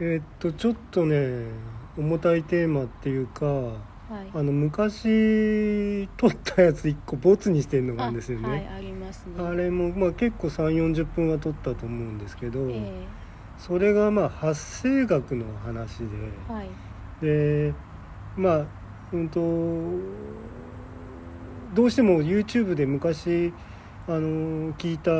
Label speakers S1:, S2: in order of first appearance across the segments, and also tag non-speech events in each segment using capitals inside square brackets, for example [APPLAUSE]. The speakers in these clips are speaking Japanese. S1: えーっとちょっとね重たいテーマっていうか
S2: はい
S1: あの昔撮ったやつ1個ボツにしてるのがあるんですよね、
S2: あはいありますね
S1: あれも、まあ、結構3 4 0分は撮ったと思うんですけど、
S2: え
S1: それがまあ発生学の話で、
S2: えはい
S1: でまあうんとどうしても YouTube で昔あの聞いた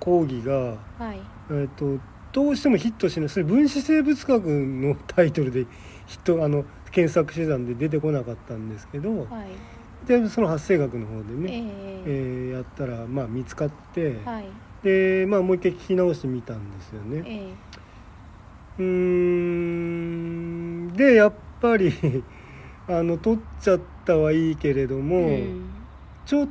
S1: 講義が、
S2: はい
S1: えっとどうしてもヒットしないそれ分子生物学のタイトルでヒットあの検索手段で出てこなかったんですけど、
S2: はい
S1: でその発生学の方で
S2: え
S1: ね、え
S2: え
S1: ーやったら、まあ、見つかって、
S2: はい
S1: で、まあ、もう一回聞き直してみたんですよね。
S2: ええ
S1: うーんでやっぱり [LAUGHS] あの取っちゃったはいいけれども、
S2: うん
S1: ちょっ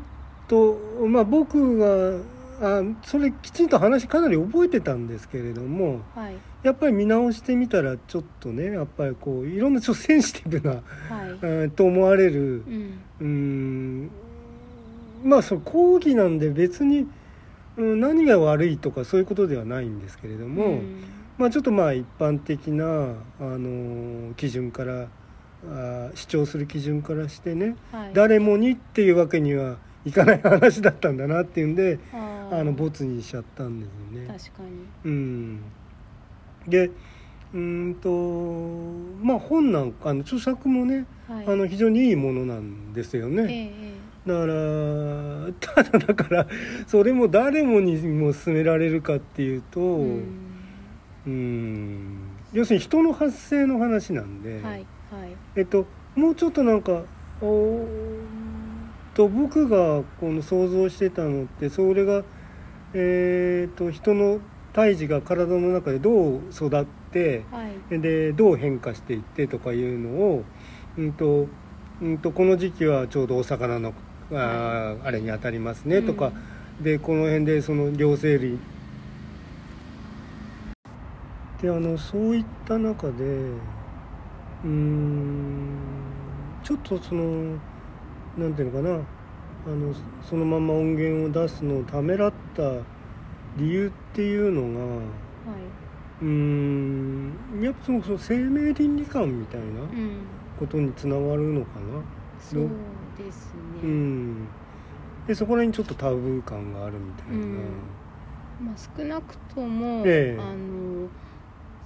S1: とまあ僕があそれきちんと話かなり覚えてたんですけれども
S2: はい
S1: やっぱり見直してみたらちょっとねやっぱりこういろんなちょっとセンシティブな、
S2: はい
S1: うんと思われる
S2: うん
S1: うーんまあその講義なんで別に、うん、何が悪いとかそういうことではないんですけれども。
S2: うん
S1: まあ、ちょっとまあ一般的な、あの基準からあー主張する基準からしてね、
S2: はい
S1: 誰もにっていうわけにはいかない話だったんだなっていうんで
S2: あー
S1: あのボツにしちゃったんですよね。
S2: 確かに
S1: うん、でうーんとまあ本なんかあの著作もね、
S2: はい
S1: あの非常にいいものなんですよ
S2: ええ
S1: ね。
S2: え
S1: だからただだからそれも誰もにも勧められるかっていうと。
S2: えうん
S1: うん要するに人の発生の話なんで、
S2: はいはい
S1: えっと、もうちょっとなんかおと僕がこの想像してたのってそれが、えー、と人の胎児が体の中でどう育って
S2: はい
S1: でどう変化していってとかいうのを、うんとうん、とこの時期はちょうどお魚のあ,、あれにあたりますねとか、でこの辺でその両生類であのそういった中でうーんちょっとそのなんていうのかなあのそのまま音源を出すのをためらった理由っていうのが
S2: うんはいう
S1: ーんやっぱそのその生命倫理観みたいな
S2: うん
S1: ことにつながるのかな。
S2: そうです
S1: う
S2: ね
S1: んでそこら辺にちょっとタブー感があるみたいな。
S2: うんまあ少なくとも
S1: ええ
S2: あの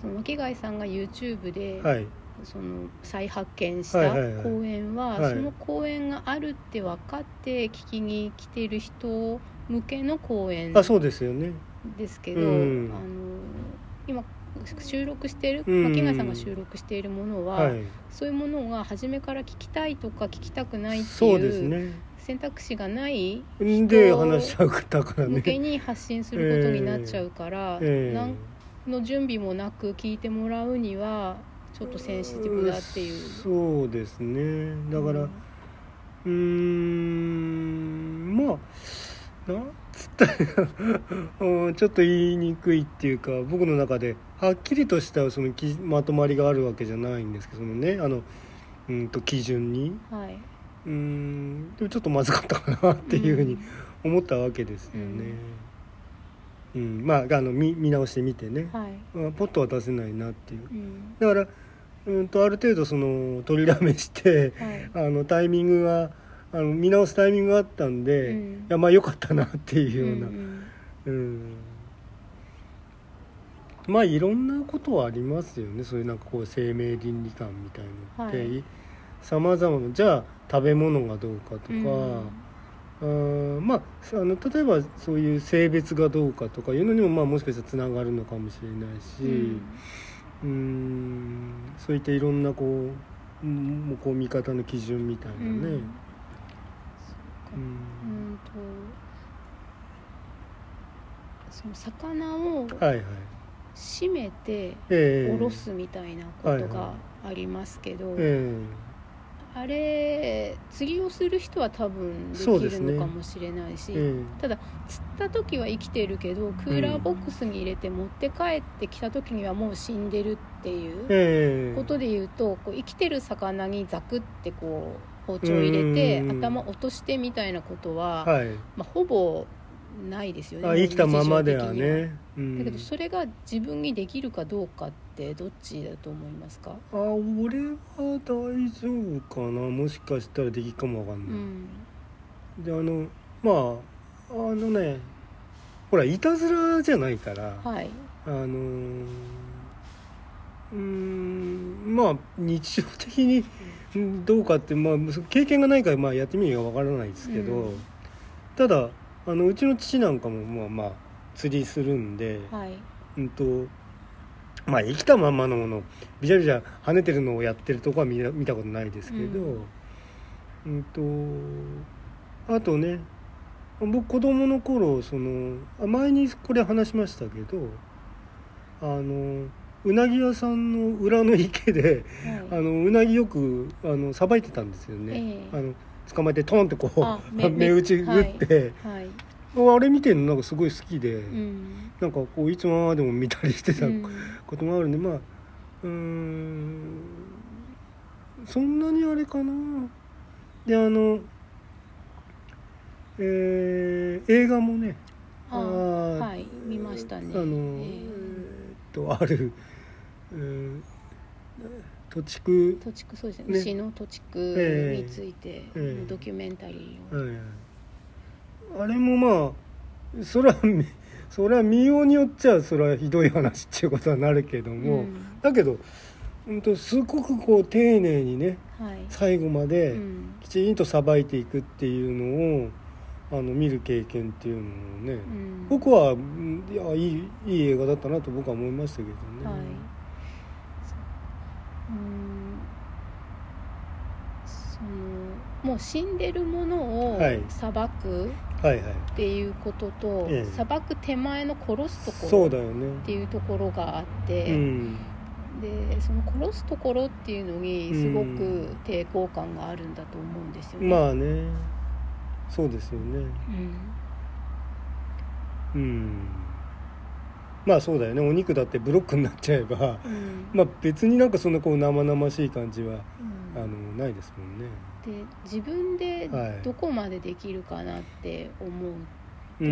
S2: その巻貝さんが YouTube で
S1: はい、
S2: その再発見し
S1: は
S2: た
S1: いはいはい
S2: 公園は、
S1: はい
S2: その公園があるって分かって聞きに来てる人向けの公園
S1: あそうですよね
S2: ですけど、
S1: うん
S2: あの今収録している
S1: うん
S2: 牧貝さんが収録しているものは、
S1: はい
S2: そういうものが初めから聞きたいとか聞きたくないって
S1: そうです
S2: いう
S1: ね
S2: 選択肢がない
S1: で話し合ったから
S2: 向
S1: ね
S2: けに発信することになっちゃうから、
S1: [LAUGHS] ええ
S2: なんの準備もなく聞いてもらうにはちょっとセンシティブだっていう。
S1: そうですねだから
S2: う
S1: うんーんまあなんつったらうんちょっと言いにくいっていうか僕の中ではっきりとしたそのきまとまりがあるわけじゃないんですけどもねあのうんと基準に
S2: はい、っ
S1: うんでもちょっとまずかったかなっていうふうに思ったわけですよね。うん、まああの見見直してみてね、
S2: はい、
S1: まあポッとは出せないなっていう
S2: うん、
S1: だからうんとある程度その取りだめして
S2: はい、
S1: あのタイミングがあの見直すタイミングがあったんで、
S2: うん
S1: いやまあ良かったなっていうような、うん
S2: ん
S1: まあいろんなことはありますよねそういうなんかこう生命倫理観みたいのって、
S2: はい
S1: さまざまなじゃあ食べ物がどうかとか。
S2: うん
S1: うんまああの例えばそういう性別がどうかとかいうのにも、まあ、もしかしたらつながるのかもしれないし、
S2: うん
S1: うーんそういったいろんなこううんもうこう見方の基準みたいな
S2: う
S1: ね、
S2: ん
S1: う
S2: うんんとその魚を
S1: はいはい
S2: 締めて
S1: ええ
S2: おろすみたいなことがありますけど、
S1: え
S2: あれ釣りをする人は多分でき
S1: そうです
S2: る
S1: ね
S2: のかもしれないし、
S1: ええ
S2: ただ釣った時は生きてるけどクーラーボックスに入れて持って帰ってきた時にはもう死んでるっていう。
S1: ええ
S2: ことで言うとこう生きてる魚にザクってこう包丁を入れて
S1: うん
S2: 頭落としてみたいなことは、
S1: はい
S2: まあ、ほぼないですよね
S1: あ生きたままでは
S2: 日常的には
S1: ね、うん、
S2: だけどそれが自分にできるかどうかってどっちだと思いますか、
S1: あ俺は大丈夫かなもしかしたらできるかもわかん
S2: う
S1: ない、
S2: ん
S1: であのまああのねほらいたずらじゃないから、
S2: はい
S1: あのーうーんまあ日常的にうんどうかって、まあ、経験がないから、まあ、やってみるかわからないですけど、
S2: うん
S1: ただあのうちの父なんかも、まあまあ、釣りするんで、
S2: はい
S1: うんとまあ、生きたまんまのものビジャビジャ跳ねてるのをやってるとこは見な見たことないですけど、うん、とあとね僕子供の頃そのあ前にこれ話しましたけどあのうなぎ屋さんの裏の池であ
S2: はい
S1: のうなぎよくあのさばいてたんですよね、
S2: ええ
S1: あの捕まえてトンってこ
S2: あ
S1: う [LAUGHS]
S2: め
S1: 目打ち
S2: めは
S1: 打
S2: い
S1: って、
S2: はい
S1: あれ見てるのなんかすごい好きで、
S2: うん
S1: なんかこういつもまでも見たりしてた
S2: うん
S1: こともあるんでまあうーんそんなにあれかなであのえー映画もね
S2: あ
S1: ー
S2: はい見ましたね
S1: あの、え
S2: ええ
S1: ーっとある、えー、土地区、
S2: 土地区そうですね
S1: ね
S2: 牛の土地区について
S1: ええ
S2: のドキュメンタリーを、
S1: はいあれもまあそれはみそれは見ようによっちゃそれはひどい話っていうことはなるけども、
S2: うん
S1: だけど、うん、とすごくこう丁寧にね
S2: はい
S1: 最後まで
S2: うん
S1: きちんとさばいていくっていうのをあの見る経験っていうのをね、
S2: うん
S1: 僕はうんいやいいいい映画だったなと僕は思いましたけどね。
S2: はい。そううーんそのもう死んでるものを
S1: はい
S2: 裁く
S1: はい、はい
S2: っていうことと、
S1: ええ
S2: 裁く手前の殺すと
S1: そ
S2: こ
S1: う
S2: ろ
S1: だよね
S2: っていうところがあって、
S1: うん
S2: でその殺すところっていうのにすごく
S1: うん
S2: 抵抗感があるんだと思うんですよね。
S1: まあねそうですよね。
S2: うん
S1: うんまあそうだよねお肉だってブロックになっちゃえば [LAUGHS]
S2: うん
S1: まあ別になんかそんなこう生々しい感じは
S2: うん
S1: あのないですもんね。
S2: で自分で
S1: はい
S2: どこまでできるかなって思う
S1: う
S2: と、う
S1: う
S2: ん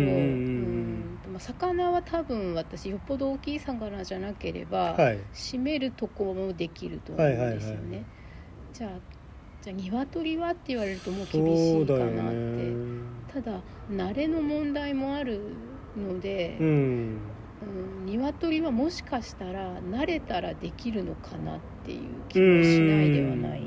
S1: ん
S2: まあ魚は多分私よっぽど大きい魚じゃなければ、
S1: うんうんはい
S2: 締めるとこもできると思うんですよね、
S1: はいはいはい
S2: じゃあじゃあ鶏はって言われるともう厳し
S1: そう
S2: いか
S1: だ
S2: な
S1: よ
S2: って、
S1: ね。
S2: ただ慣れの問題もあるので、
S1: う
S2: うん
S1: ん
S2: 鶏はもしかしたら慣れたらできるのかなっていう気もしないではない、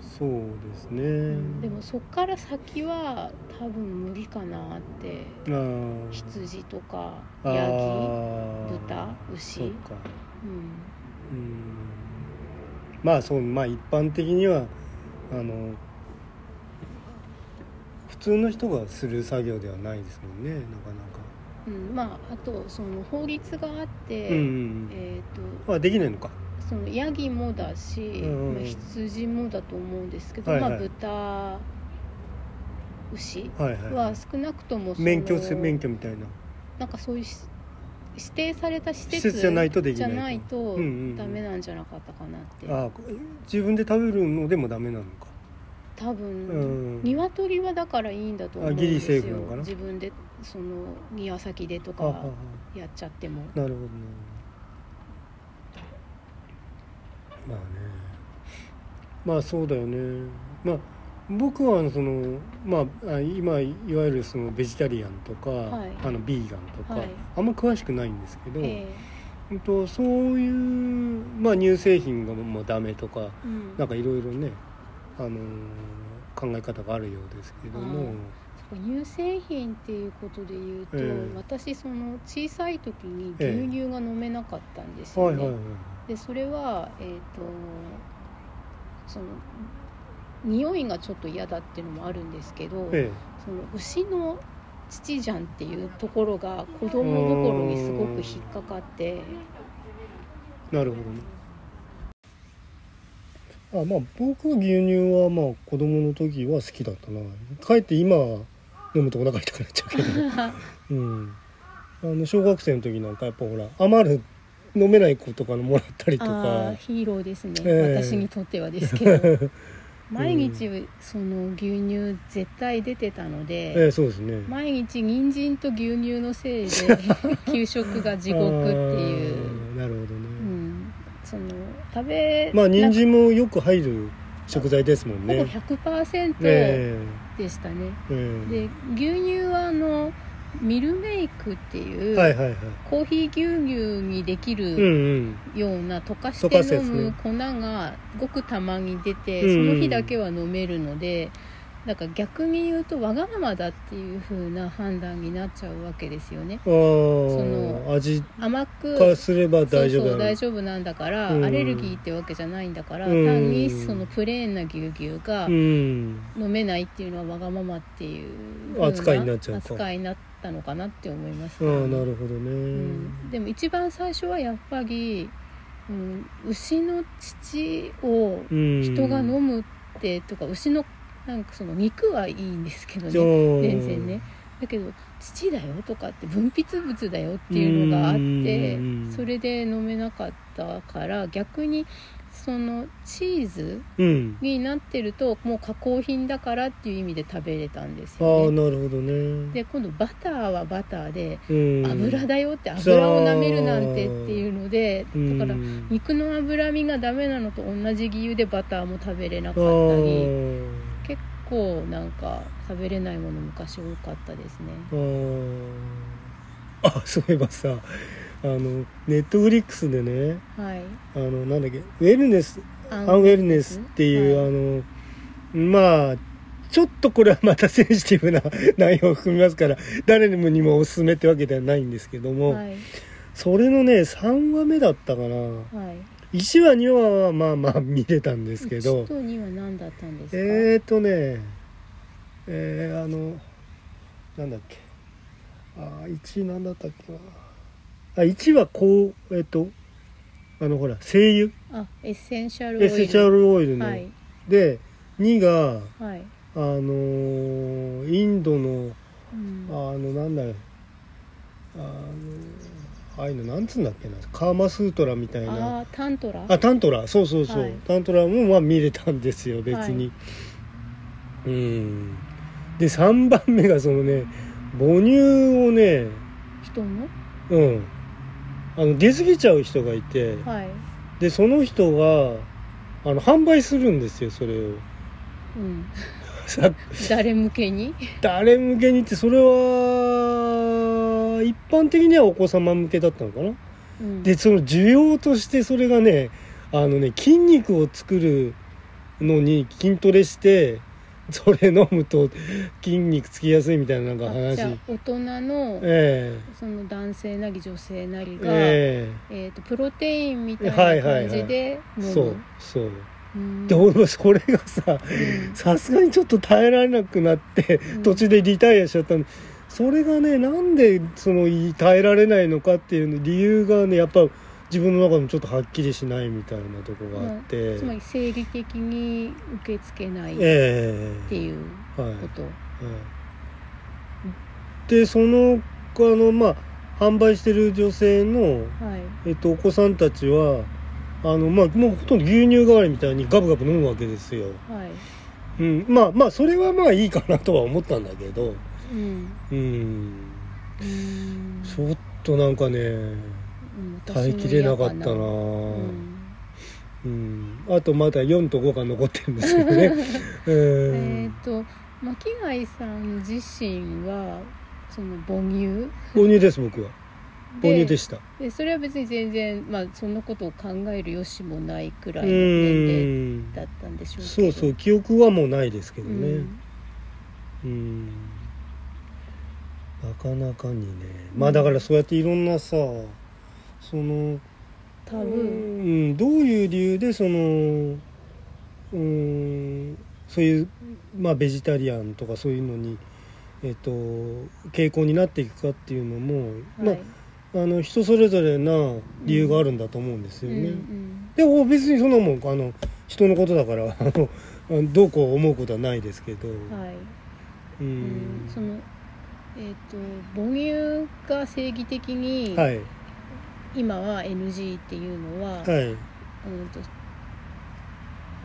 S1: そうですね。
S2: でもそっから先は多分無理かなって
S1: あー
S2: 羊とか
S1: あ
S2: ヤギ
S1: ー
S2: 豚牛
S1: そうか。
S2: うん
S1: うんまあそうまあ一般的にはあの普通の人がする作業ではないですもんねなかな
S2: うん、まああとその法律があって、
S1: か。うんうんうん。
S2: えー、と
S1: あできないのか。
S2: そのヤギもだし、
S1: んうん
S2: まあ、羊もだと思うんですけど、
S1: はいはい
S2: まあ、豚牛
S1: はいはい。
S2: は少なくともその
S1: 免許せ免許みたいな。
S2: なんかそういうし指定された施設
S1: 施設じゃないとできない
S2: じゃないと
S1: うんうんうん
S2: ダメなんじゃなかったかなって、
S1: あ自分で食べるのでもダメなのか。
S2: 多
S1: う
S2: 分、
S1: ん。
S2: 鶏はだからいいんだと思うん
S1: あギリ
S2: ですよ
S1: セーフなのかな
S2: 自分でその庭先でと
S1: あ
S2: か
S1: あ
S2: やっちゃっても。
S1: なるほどねまあねまあそうだよねまあ僕はそのまああ今いわゆるそのベジタリアンとか、
S2: はい
S1: あのビーガンとか、
S2: はい
S1: あんま詳しくないんですけど、
S2: え
S1: ほんとそういう、まあ、乳製品がもうダメとか
S2: えうん
S1: なんかいろいろね、あのー考え方があるようですけども、
S2: 乳製品っていうことで言うと、
S1: ええ
S2: 私その小さい時に
S1: ええ
S2: 牛乳が飲めなかったんです
S1: は
S2: よ
S1: い
S2: ね、
S1: はいはい
S2: でそれはえっ、とその匂いがちょっと嫌だっていうのもあるんですけど、
S1: え
S2: その牛の乳じゃんっていうところが子供心にすごく引っかかって
S1: えなるほどねあまあ僕は牛乳はまあ子供の時は好きだったなかえって今飲むとお腹痛くなっちゃうけ
S2: [LAUGHS]
S1: ど、うん、あの小学生の時なんかやっぱほら余る飲めない子とかのもらったりと
S2: ああ
S1: か
S2: ーヒーローですね、
S1: ええ、
S2: 私にとってはですけど
S1: [LAUGHS]
S2: 毎日その牛乳絶対出てたので、
S1: ええそうですね
S2: 毎日人参と牛乳
S1: [LAUGHS]
S2: のせいで給食が地獄っていう、
S1: あーなるほど
S2: う
S1: ね、
S2: ん、その食べ
S1: まあ
S2: な
S1: 人
S2: んか
S1: 参もよく入る食材ですもんね
S2: ほぼ100%
S1: え
S2: でしたね、
S1: ええ
S2: で牛乳はあのミルメイクってい
S1: え
S2: う、
S1: はいはいはい
S2: コーヒー牛乳にでき
S1: うんう
S2: る
S1: ん
S2: ような溶かし
S1: 溶か
S2: て
S1: すや
S2: 飲
S1: つね
S2: む粉がごくたまに出て、
S1: うん
S2: その日だけは飲めるのでだから逆に言うとわがままだっていう風な判断になっちゃうわけですよね
S1: あー
S2: の
S1: 味
S2: 甘く
S1: 化すれば
S2: そう
S1: 大丈夫
S2: そ
S1: だ
S2: う大丈夫なんだから、
S1: うん
S2: アレルギーってわけじゃないんだから、
S1: うん
S2: 単にそのプレーンな牛乳が
S1: うん
S2: 飲めないっていうのはわがままっていう風
S1: 扱いになっちゃうか
S2: 扱いになったのかなって思います
S1: ああ
S2: ね、
S1: なるほどね、
S2: うんでも一番最初はやっぱり、うん、牛の乳を
S1: うん
S2: 人が飲むって、とか牛のなんかその肉はいいんですけど
S1: じゃあ
S2: ね全然ねだけど土だよとかって分泌物だよっていうのがあっ
S1: う
S2: て
S1: ん
S2: それで飲めなかったから逆にそのチーズ
S1: うん
S2: になってるともう加工品だからっていう意味で食べれたんです
S1: ああ
S2: よね。
S1: なるほどね
S2: で今度バターはバターで
S1: うん
S2: 油だよって
S1: そう
S2: 油を舐めるなんてっていうので
S1: うん
S2: だから肉の脂身がダメなのと同じ理由でバターも食べれなかったり
S1: あ
S2: 結構なんか食べれないもの昔多かったですね
S1: ーあーあそういえばさあのネットフリックスでね
S2: はい
S1: あのなんだっけウェルネス
S2: ア
S1: アンウェルネスっていう、
S2: はい
S1: あのまあちょっとこれはまたセンシティブな [LAUGHS] 内容を含みますから誰にもにもおすすめってわけではないんですけども、
S2: はい
S1: それのね3話目だったかな
S2: はい
S1: 1話2話はまあまあ見れたんですけど
S2: 1と2は何だったんですか、
S1: えーとねえー、あのなんだっけあ1なんだったっけなあ1はこうえっ、とあのほら精油
S2: あエッセンシャルオイ
S1: エッ
S2: ル
S1: センシャルオイルの、
S2: はい
S1: で2が
S2: はい、
S1: あのーインドの
S2: うん
S1: あのなんだろうあのああいうのなんつうんだっけなカーマスートラみたいな
S2: あータントラ
S1: あタントラそうそうそう、
S2: はい
S1: タントラもまあ見れたんですよ別に、うんで3番目がそのね母乳をね
S2: 人の
S1: うんあの出過ぎちゃう人がいて
S2: はい、
S1: でその人があの販売するんですよそれを
S2: うん、
S1: さ
S2: 誰向けに
S1: 誰向けにってそれは一般的にはお子様向けだったのかな
S2: うん
S1: でその需要としてそれがねあのね筋肉を作るのに筋トレしてそれ飲むと筋肉つきやすいみたいななんか
S2: あじゃあ
S1: 話
S2: 大人の
S1: え
S2: その男性なり女性なり
S1: え
S2: が、え
S1: え
S2: ー、とプロテインみた
S1: はい
S2: いな
S1: はいはい
S2: 感じで
S1: え
S2: 飲む、
S1: そうそう
S2: うん
S1: で俺もそれがさ
S2: うん
S1: さすがにちょっと耐えられなくなって
S2: う
S1: [LAUGHS]
S2: ん
S1: 途中でリタイアしちゃったのそれがねなんでその耐えられないのかっていう理由がねやっぱ自分の中でもちょっとはっきりしないみたいなとこがあって、
S2: つまり生理的に受け付けないっ
S1: え
S2: ていう
S1: えはい、
S2: こと、
S1: はい、でそのあのまあ販売してる女性の、
S2: はい
S1: えっと、お子さんたちはあのまあもうほとんど牛乳代わりみたいにガブガブ飲むわけですよ、
S2: はい
S1: うん、まあまあそれはまあいいかなとは思ったんだけど
S2: うん
S1: うん
S2: うん
S1: ちょっとなんかね
S2: うん私も
S1: 耐えきれなかったな
S2: 嫌かうん
S1: うん、あとまだ4と5が残ってるんですけど
S2: [LAUGHS]
S1: ねうん
S2: えっ、と巻貝さん自身はその母乳
S1: 母乳です僕は母乳でした
S2: でそれは別に全然、まあ、そんなことを考える余地もないくら
S1: う
S2: いの年齢
S1: ん
S2: だったんでしょうけ
S1: そ
S2: ど
S1: うそう記憶はもうないですけど
S2: う
S1: ね、
S2: ん
S1: うんなかなかにねまあだからそうやっていろんなさその
S2: 多
S1: う
S2: 分
S1: んどういう理由でそのうんそういう、まあ、ベジタリアンとかそういうのに、えっと傾向になっていくかっていうのも、
S2: はい
S1: まあ、あの人それぞれな理由があるんだと思うんです
S2: うん
S1: よ
S2: う
S1: ね。
S2: ん
S1: でも別にそんなもんあの人のことだから [LAUGHS] あのあのどうこう思うことはないですけど、
S2: はい
S1: うん
S2: うんそのえっと母乳が正義的に
S1: はい
S2: 今は NG っていうのは、
S1: はい
S2: うんと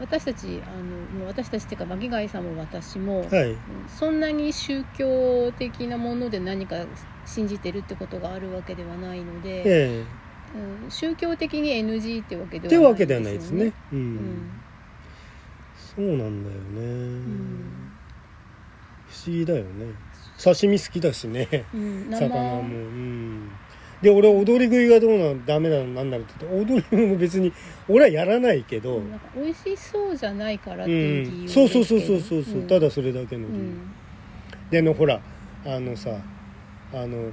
S2: 私たちあのもう私たちっていうか巻貝さんも私も、
S1: [LAUGHS] はい
S2: そんなに宗教的なもので何か信じてるってことがあるわけではないので、
S1: え
S2: うん、宗教的に NG ってわけ
S1: え
S2: で
S1: って
S2: は
S1: わ
S2: ない
S1: け
S2: ん
S1: ではないですね。うん
S2: よね。うん
S1: そうなんだよね、
S2: うん
S1: 不思議だよね刺身好きだしね
S2: うん、
S1: 魚
S2: 生
S1: も、うん、で俺踊り食いがどうなのダメなのなんだろうって言って踊り食いも別に俺はやらないけど、
S2: なんか美味しそうじゃないから
S1: う
S2: っていう理由
S1: ん、
S2: です
S1: そ
S2: け
S1: う
S2: ど
S1: そうそうそうそうそう、
S2: ん
S1: ただそれだけの
S2: う
S1: 理由、
S2: ん
S1: であのほらあのさあの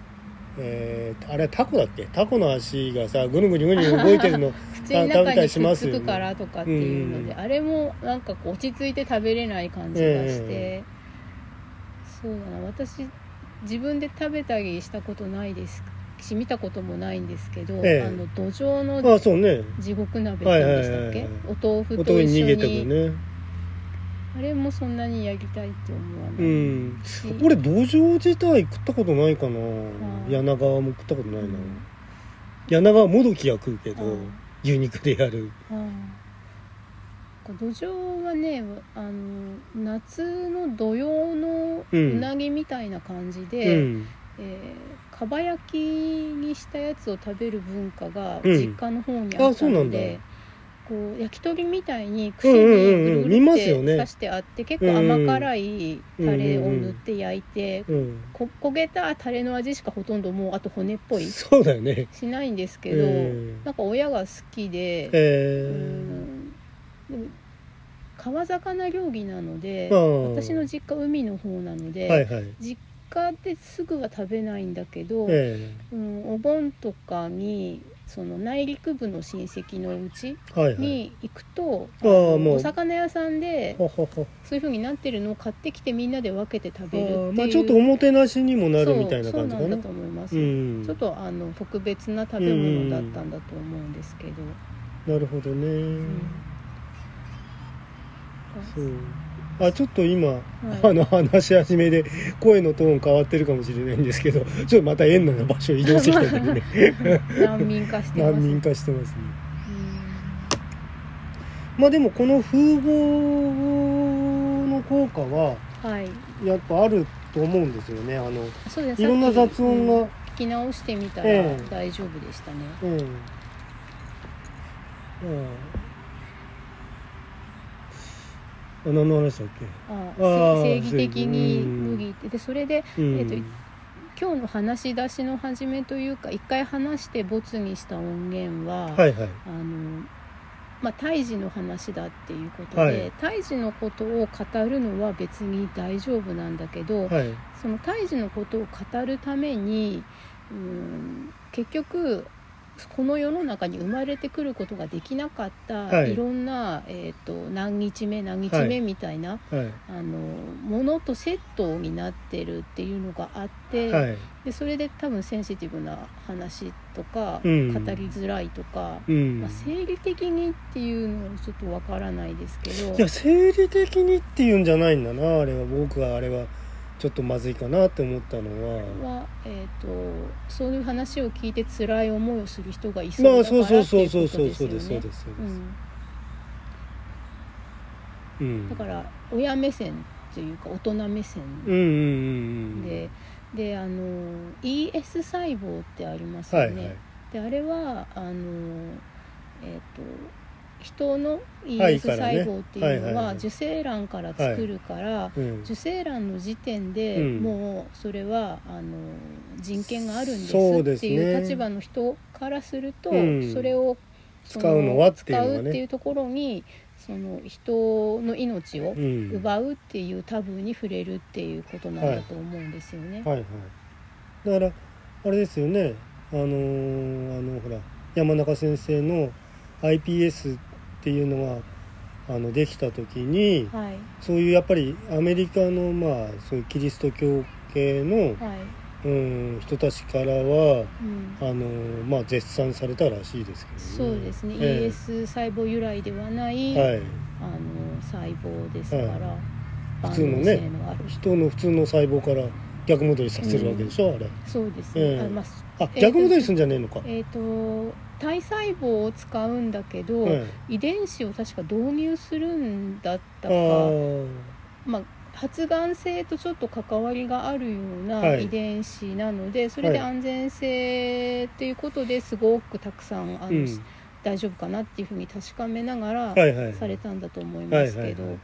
S1: えーあれタコだっけタコの足がさぐるぐるぐるぐる動いて
S2: [LAUGHS]
S1: るの
S2: 口の
S1: 食べた
S2: 中
S1: り
S2: に
S1: し
S2: く
S1: ま
S2: っ
S1: すよね
S2: つくからとかっていうので、
S1: う
S2: あれもなんかこう落ち着いて食べれない感じがして、
S1: え
S2: そうだな私自分で食べたりしたことないですし見たこともないんですけど、
S1: ええ
S2: あの土壌
S1: あ
S2: の
S1: あそうね
S2: 地獄鍋って言うんでしたっけ、
S1: はいはいはい
S2: お豆腐
S1: 音
S2: と
S1: に逃
S2: 一緒
S1: げてく
S2: に、
S1: ね
S2: あれもそんなにやりたいって思わな
S1: う
S2: い、
S1: ん
S2: し
S1: 俺土壌自体食ったことないかな
S2: あ
S1: 柳川も食ったことないうな、
S2: ん
S1: 柳川もどきは食うけ
S2: う
S1: ど
S2: ん
S1: 牛肉でやる
S2: はい土壌はねあの夏の土用の
S1: う
S2: うんなぎみたいな感じ
S1: う
S2: で、
S1: ん
S2: えーかば焼きにしたやつを食べる文化が
S1: うん
S2: 実家の方にあっ
S1: あそ
S2: た
S1: うなん
S2: の
S1: だ
S2: で、こう焼き鳥みたいに串に
S1: う
S2: ぐ
S1: んうんうんうん
S2: るぐ
S1: 見
S2: る
S1: ま
S2: っ
S1: すよね
S2: て刺してあって、結構甘辛いタレを塗って焼いて、
S1: うん
S2: こ焦げたタレの味しかほとんどもうあと骨っぽい
S1: そうだよね
S2: しないんですけど、
S1: うん
S2: なんか親が好きで。う
S1: え
S2: んでも川魚料理なので
S1: あー
S2: 私の実家海の方なの
S1: え
S2: で、
S1: はいはい
S2: 実家ですぐは食べないんだけど、
S1: え
S2: うん、お盆とかにその内陸部の親戚のうち
S1: えはいはい
S2: に行くと、
S1: あー
S2: あの
S1: もう
S2: お魚屋さんで
S1: ははは
S2: そういう風になってるのを買ってきてみんなで分けて食べるっていう
S1: あまあちょっとおもてなしにもなるみたいな感じか
S2: そうそうな
S1: なん
S2: だと思います、
S1: うん
S2: ちょっとあの特別な食べ物だったんだと思うんですけど、
S1: なるほどね、
S2: うん
S1: そうあちょっと今、
S2: い
S1: あの話し始めで声のトーン変わってるかもしれないんですけどちょっとまた園の場所移動してきた時ね
S2: 難民化 [LAUGHS] してます
S1: 難民化してますね
S2: うん
S1: まあでもこの風貌の効果は
S2: はい
S1: やっぱあると思うんですよねあの、
S2: そうです
S1: いろんな
S2: さっき
S1: 雑音が
S2: うん聞き直してみたら
S1: ええ
S2: 大丈夫でしたね、
S1: うんうん、あ何の話だっ
S2: あ
S1: あー
S2: せ正義的
S1: う
S2: に
S1: ん
S2: 麦ってでそれで
S1: け、うん
S2: えっと今日の話し出しの始めというか一回話して没にした音源は、
S1: はいはい
S2: あのまあ胎児の話だっていうこと
S1: は
S2: で
S1: い
S2: 胎児、のことを語るのは別に大丈夫なんだけど、
S1: はい
S2: その胎児のことを語るためにうーん結局この世の中に生まれてくることができなかった、
S1: はい
S2: い、ろんな、えー、と何日目何日
S1: はい
S2: 目みたいな、
S1: はい
S2: あのものとセットになってるっていうのがあって、
S1: はい
S2: でそれで多分センシティブな話とか、
S1: うん
S2: 語りづらいとか、
S1: うん
S2: まあ、生理的にっていうのはちょっとわからないですけど
S1: いや生理的にっていうんじゃないんだなあれは僕はあれはちょっとまずいかなって思ったのは
S2: は、えー、とそういう話を聞いて辛い思いをする人がいそう
S1: まあ
S2: だか
S1: そう
S2: ら
S1: そう
S2: って
S1: そ
S2: いううこ
S1: そう
S2: と
S1: そう
S2: で
S1: そ
S2: す
S1: う
S2: よ
S1: ですそうです
S2: ね
S1: そう
S2: う
S1: です
S2: ん
S1: うん
S2: だから親目線というか大人目線
S1: うんうんうんうん
S2: で、であの ES 細胞ってありますよ
S1: は
S2: ね、
S1: いはい
S2: であれはあのえっ、と人の
S1: はい
S2: ES
S1: から
S2: 細
S1: ね
S2: 胞っていう
S1: はい
S2: の
S1: はいは
S2: はい受精卵から作るから、
S1: うん
S2: 受精卵の時点で、
S1: うん
S2: もうそれはあの人権があるん
S1: そう
S2: で
S1: です
S2: っ
S1: す
S2: て
S1: ね
S2: いう立場の人からすると、
S1: うん
S2: それをそ
S1: 使うのはっていうのがね
S2: 使うっていうところにその人の命を
S1: うん
S2: 奪うっていうタブーに触れるっていうことなんだと思うんですよね。
S1: はいはいだからあれですよねあのーあのほら山中先生の iPS っていうのがあのできた時に
S2: はい、はい
S1: そういうやっぱりアメリカのまあそういうキリスト教系の、うん、人たちからは
S2: うん
S1: あのまあ絶賛されたらしいですけど、
S2: そうですね、
S1: え
S2: ES 細胞由来ではない、
S1: えはい
S2: あの細胞ですから、
S1: は
S2: 万
S1: 普通の
S2: 能
S1: ね
S2: 性のある
S1: 人の普通の細胞から逆戻りさせるわけでしょ、あれ
S2: そうです
S1: え
S2: ね、
S1: え
S2: あまあ
S1: あ逆戻りするんじゃねえのか、
S2: えー、と体細胞を使うんだけど、
S1: はい
S2: 遺伝子を確か導入するんだった
S1: あ
S2: か
S1: ー
S2: まあ、発がん性とちょっと関わりがあるよう
S1: は
S2: ない遺伝子なので、それで
S1: はい
S2: 安全性っていうことですごくたくさんあの、
S1: うん
S2: 大丈夫かなっていうふうに確かめながら
S1: はいはい
S2: されたんだと思いますけど。
S1: はいはいは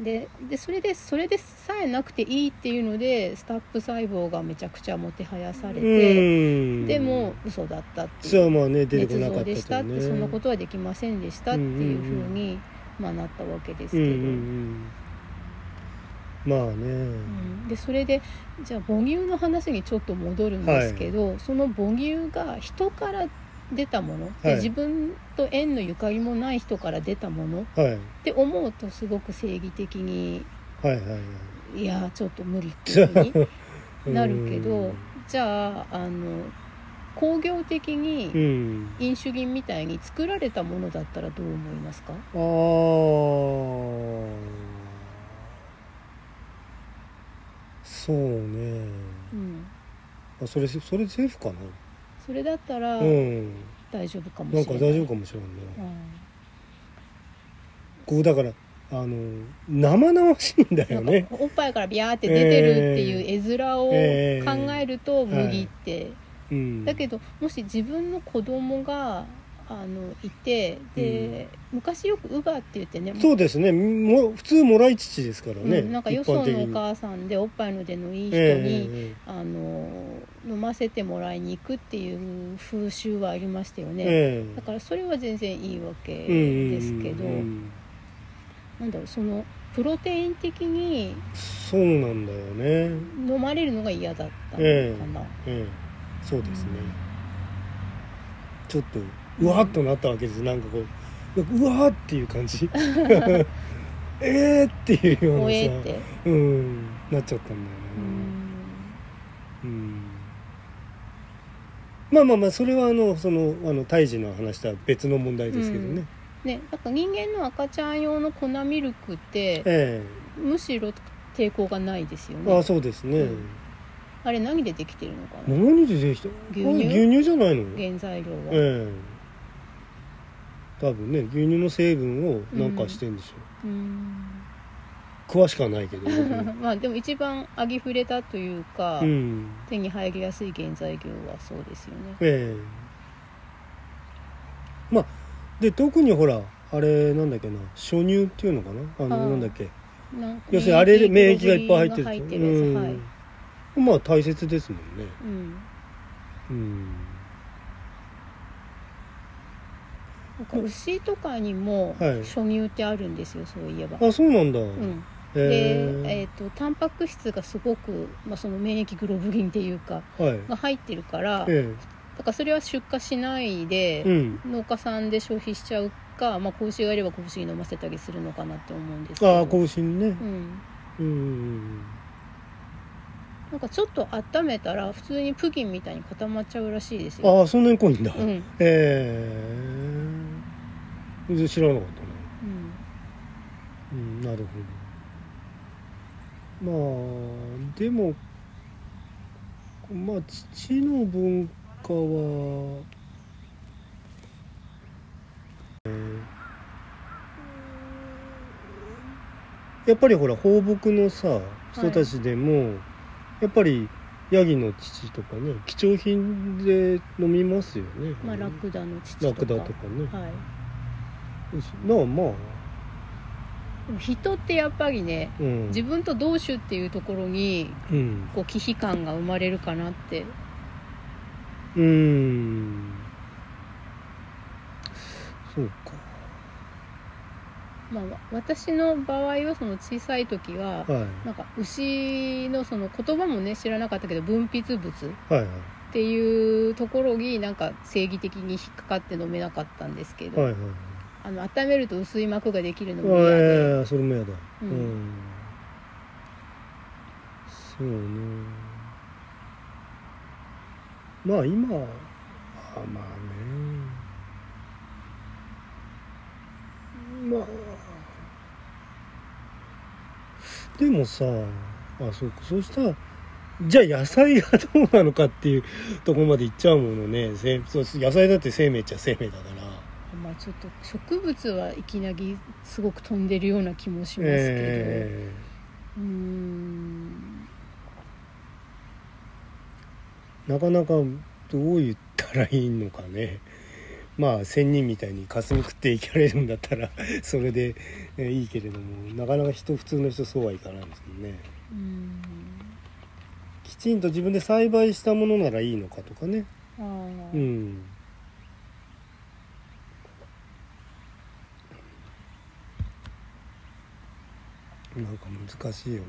S2: ででそれでそれでさえなくていいっていうのでスタップ細胞がめちゃくちゃもてはやされて、
S1: うん
S2: でも嘘だったっていう
S1: 実はまあね出てこ
S2: 捏
S1: なか
S2: 造
S1: った
S2: でしたって、
S1: ね
S2: そんなことはできませんでしたっていうふうに、まあ、なったわけです
S1: うん
S2: け
S1: う
S2: ど、
S1: んうんまあね、
S2: うんでそれでじゃあ母乳の話にちょっと戻るんですけど、その母乳が人から出たもの、
S1: は
S2: で
S1: い
S2: 自分と縁のゆかりもない人から出たものっ
S1: はい
S2: て思うとすごく正義的に
S1: はいはいはい
S2: いやちょっと無理っていうふうに
S1: うん
S2: なる [LAUGHS] けどじゃああの工業的
S1: う
S2: に
S1: ん
S2: 飲酒菌みたいに作られたものだったらどう思いますか
S1: あーそうね
S2: うん、
S1: あそれそれセーフか
S2: それだったら
S1: なうん
S2: 大丈夫かも
S1: なん
S2: し
S1: か
S2: れない、
S1: 大丈夫かもしれない、
S2: う
S1: ね
S2: ん
S1: こうだからあの生々しいんだよ
S2: なん
S1: ね
S2: かおっぱいからビャーって出てるっていう絵面を
S1: えー
S2: 考えると麦って、
S1: うん
S2: だけどもし自分の子供があのいてで、昔よく乳母って言ってね
S1: そうですねも普通もらい乳ですからね、
S2: うんなんか
S1: 一
S2: よその
S1: 般的に
S2: お母さんでおっぱいの出のいい人に、
S1: え
S2: あの飲ませてもらいに行くっていう風習はありましたよ
S1: え
S2: ね、
S1: え
S2: だからそれは全然いいわけ
S1: えうん
S2: ですけど、
S1: うんうん
S2: なんだろうそのプロテイン的に
S1: そうなんだよね
S2: 飲まれるのが嫌だったのかな。
S1: えええそうですね、ちょっとうわーっとなったわけですなんかこううわーっていう感
S2: [LAUGHS]
S1: じえーっていうような
S2: お
S1: さ
S2: えって、
S1: うんなっちゃったん
S2: う
S1: だよね
S2: ん
S1: うん、まあまあまあそれはあのそのあの胎児の話とは別の問題ですけどね、
S2: うんね、なんか人間の赤ちゃん用の粉ミルクって
S1: え
S2: むしろ抵抗がないですよ
S1: えあ
S2: ね
S1: あそうですね、
S2: うんあれ何でできてるのかな
S1: 何でできた
S2: 牛乳
S1: あ牛乳じゃないの
S2: 原材料は、
S1: ええ多分ね牛乳の成分をなんかしてんでしょ
S2: うーん
S1: う、詳しくはないけど、僕
S2: まあでも一番あぎふれたというか、
S1: うん
S2: 手に入りやすい原材料はそうですよね
S1: ええまあで特にほらあれなんだっけな初乳っていうのかなあの、
S2: はい
S1: なんだっけ
S2: なんか
S1: 要するにあれで免疫がいっぱい入ってる
S2: グロブリンが入ってるやつ、
S1: うん
S2: はい、
S1: まあ大切ですもんね
S2: う
S1: う
S2: ん、
S1: ん
S2: なんか牛とかにも
S1: はい
S2: 初乳ってあるんですよそういえば、
S1: あそうなんだ、
S2: うん、で、
S1: え
S2: えー、とタンパク質がすごく、まあ、その免疫グロブリンっていうか
S1: えはい
S2: が入ってるから、
S1: え
S2: だからそれは出荷しない
S1: え
S2: で、
S1: うん
S2: 農家さんで消費しちゃうか、まあ、子牛がいれば子牛に飲ませたりするのかなって思うんですけど
S1: ああ更新ね
S2: うん、
S1: うんうん
S2: なんかちょっと温めたら普通にプギンみたいに固まっちゃうらしいです
S1: うん
S2: よ、
S1: ああそんなに濃いんだ、
S2: うんうん
S1: ええ全然知らなかったなうんなるほどまあでもまあ父の文化は、えーやっぱりほら放牧のさ人たちでも、やっぱりヤギの乳とかね貴重品で飲みますよね。
S2: まあ、ラクダの乳
S1: ラ
S2: と
S1: ク
S2: か
S1: ダとかね。
S2: はい、
S1: なあまあ、
S2: でも人ってやっぱりね
S1: うん、
S2: 自分と同種っていうところに
S1: うん、
S2: こう忌避感が生まれるかなって
S1: うーんそうか
S2: まあ、わ私の場合はその小さい時は、
S1: はい
S2: なんか牛のその言葉もね知らなかったけど分泌物っ
S1: はいは
S2: ていうところになんか正義的に引っかかって飲めなかったんですけ
S1: い
S2: ど、
S1: はいはい
S2: あの温めると薄い膜ができるのも嫌で、
S1: ああそれもやだ
S2: う
S1: うんん、そうねまあ今はあまあねまあでもさあそうかそうしたらじゃあ野菜がどうなのかっていうところまでいっちゃうものねせそう野菜だって生命っちゃ生命だから。
S2: まあ、ちょっと植物はいきなりすごく飛んでるような気もしますけど、
S1: え
S2: うーん
S1: えなかなかどう言ったらいいのかねまあ仙人みたいに霞食っていかれるんだったら [LAUGHS] それでえいいけれどもなかなか人普通の人そうはいかないですもんね
S2: うーん
S1: きちんと自分で栽培したものならいいのかとかね
S2: あー
S1: うんなんか難しいよ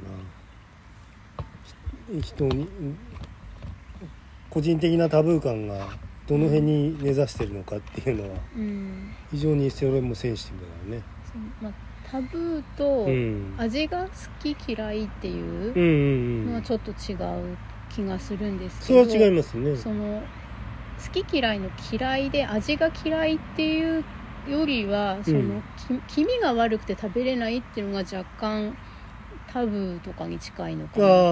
S1: なひ人にん個人的なタブー感がどの辺に根ざしてるのかっていうのは
S2: うん
S1: 非常にそれもセンシティブだよね
S2: そのまあ、タブー
S1: う
S2: と
S1: ん
S2: 味が好き嫌いって
S1: う
S2: い
S1: ん
S2: う
S1: うん
S2: の
S1: う
S2: は
S1: ん
S2: ちょっと違う気がするんです
S1: そ
S2: けど、
S1: れは違いますね
S2: その好き嫌いの嫌いで味が嫌いっていうよりはその、
S1: うん
S2: き気味が悪くて食べれないっていうのが若干タブーとかに近いのか
S1: あ
S2: なって
S1: あ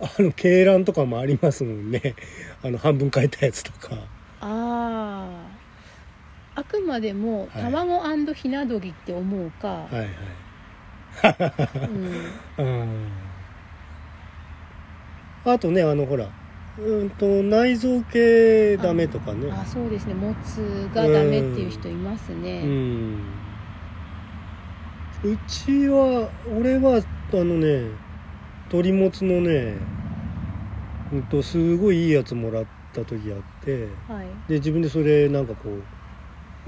S1: あの鶏卵とかもありますもんねあの半分変えたやつとか
S2: あああくまでも
S1: はい
S2: 卵ひな鳥って思うか、
S1: はいはい [LAUGHS]
S2: うん、
S1: うんあとねあのほらうんと内臓系ダメとかね
S2: あそうですねもつがダメっていう人いますね、
S1: うんうちは俺はあのね鶏もつのねうんとすごいいいやつもらった時あって
S2: はい
S1: で自分でそれなんかこ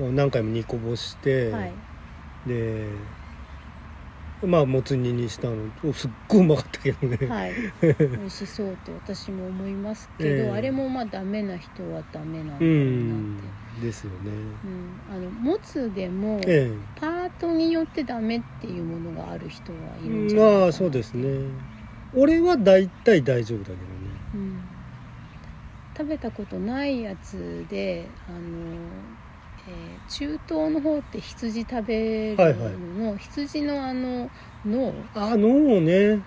S1: う何回も煮こぼして、
S2: はい
S1: でまあもつ煮にしたのおすっごいうまかったけどね、
S2: はい
S1: [LAUGHS]
S2: 美味しそうって私も思いますけど、
S1: ええ
S2: あれもまあダメな人はダメなんだ
S1: う
S2: ろうなって、
S1: んですよね、
S2: うん、あのもつでも
S1: え
S2: パートによってダメっていうものがある人はいるん
S1: え
S2: じゃないかな
S1: まあそうですね俺は大体大丈夫だけどね
S2: うん食べたことないやつであの、えー中東の方って羊食べるの、
S1: はいはい
S2: 羊のあの脳
S1: あ脳ね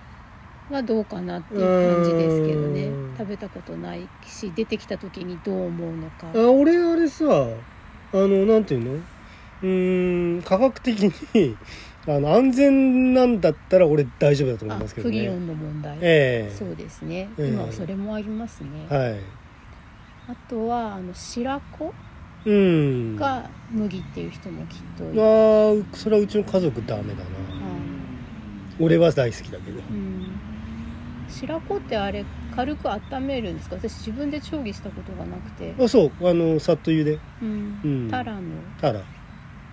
S2: はどうかなっていう感じですけどね
S1: うん
S2: 食べたことないし出てきた時にどう思うのか
S1: あ俺あれさあのなんていうのうーん科学的にあの安全なんだったら俺大丈夫だと思い
S2: あ
S1: ますけど
S2: プリオ
S1: ね
S2: ンの問題、
S1: ええ
S2: そうですね、
S1: ええ
S2: 今はそれもありますね、
S1: はい
S2: あとはあの白子
S1: うん
S2: が麦っていう人もきっといる、はい
S1: ああそれはうちの家族ダメだな俺は大好きだけど
S2: うん、白子ってあれ軽く温めるんですか私自分で調理したことがなくて、
S1: あそうあのさっと茹で
S2: うん
S1: うん
S2: タラの
S1: たら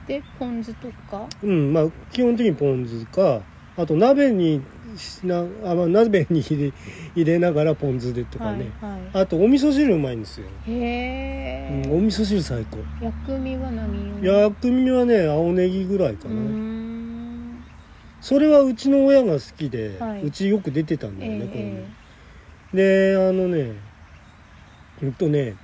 S2: でポン酢とか
S1: うんまあ基本的にポン酢かあと鍋にしなあ、まあ、鍋に入れ入れながらポン酢でとかね、
S2: はいは
S1: あとお味噌汁うまいんですよ、
S2: い、へ
S1: うん
S2: え、
S1: お味噌汁最高
S2: 薬味は何を
S1: 薬味はね青ネギぐらいか
S2: うー
S1: な、
S2: ん
S1: それはうちの親が好きで、
S2: はいう
S1: ちよく出てたんだ
S2: え
S1: よ
S2: え
S1: ね、これね
S2: え
S1: であのねうんとね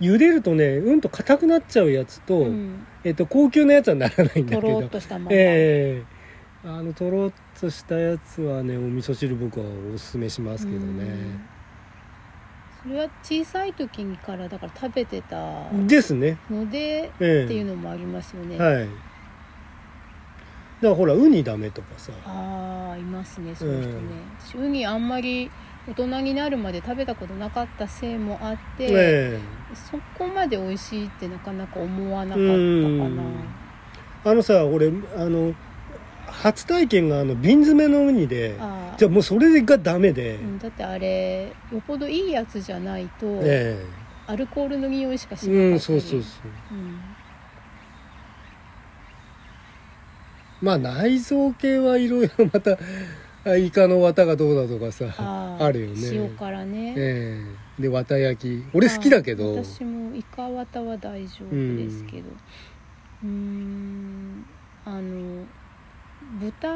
S1: 茹でるとねうんと硬くなっちゃうやつと、
S2: えうん
S1: えっと高級なやつはならないんだ
S2: と
S1: け
S2: ろ
S1: ど
S2: っとしたまま、
S1: ええあのとろっとしたやつはねお味噌汁僕はおすすめしますけどね
S2: それは小さい時にからだから食べてた
S1: ですね
S2: ので
S1: え
S2: ってい
S1: え
S2: うのもありますよね、
S1: はいだからほらウニダメとかさ
S2: ああいますねそういう人ね、
S1: うん
S2: 私ウニあんまり大人になるまで食べたことなかったせいもあって、
S1: ええ
S2: そこまで美味しいってなかなか思わなかったか
S1: うん
S2: な
S1: あのさ俺あの初体験があの瓶詰めのウニで
S2: あ
S1: じ
S2: ー
S1: ゃあもうそれがダメで、
S2: うんだってあれよっぽどいいやつじゃないと、
S1: え
S2: アルコールの匂いしか
S1: え
S2: しなかったり、
S1: うんそうそうそう
S2: うん
S1: まあ内臓系はいろい [LAUGHS] ろまたあイカの綿がどうだとかさ
S2: あ
S1: あ
S2: ー
S1: るよね
S2: 塩辛ね、
S1: ええで綿焼き俺好きだけど、
S2: はい私もイカワタは大丈夫ですけどうーんあの豚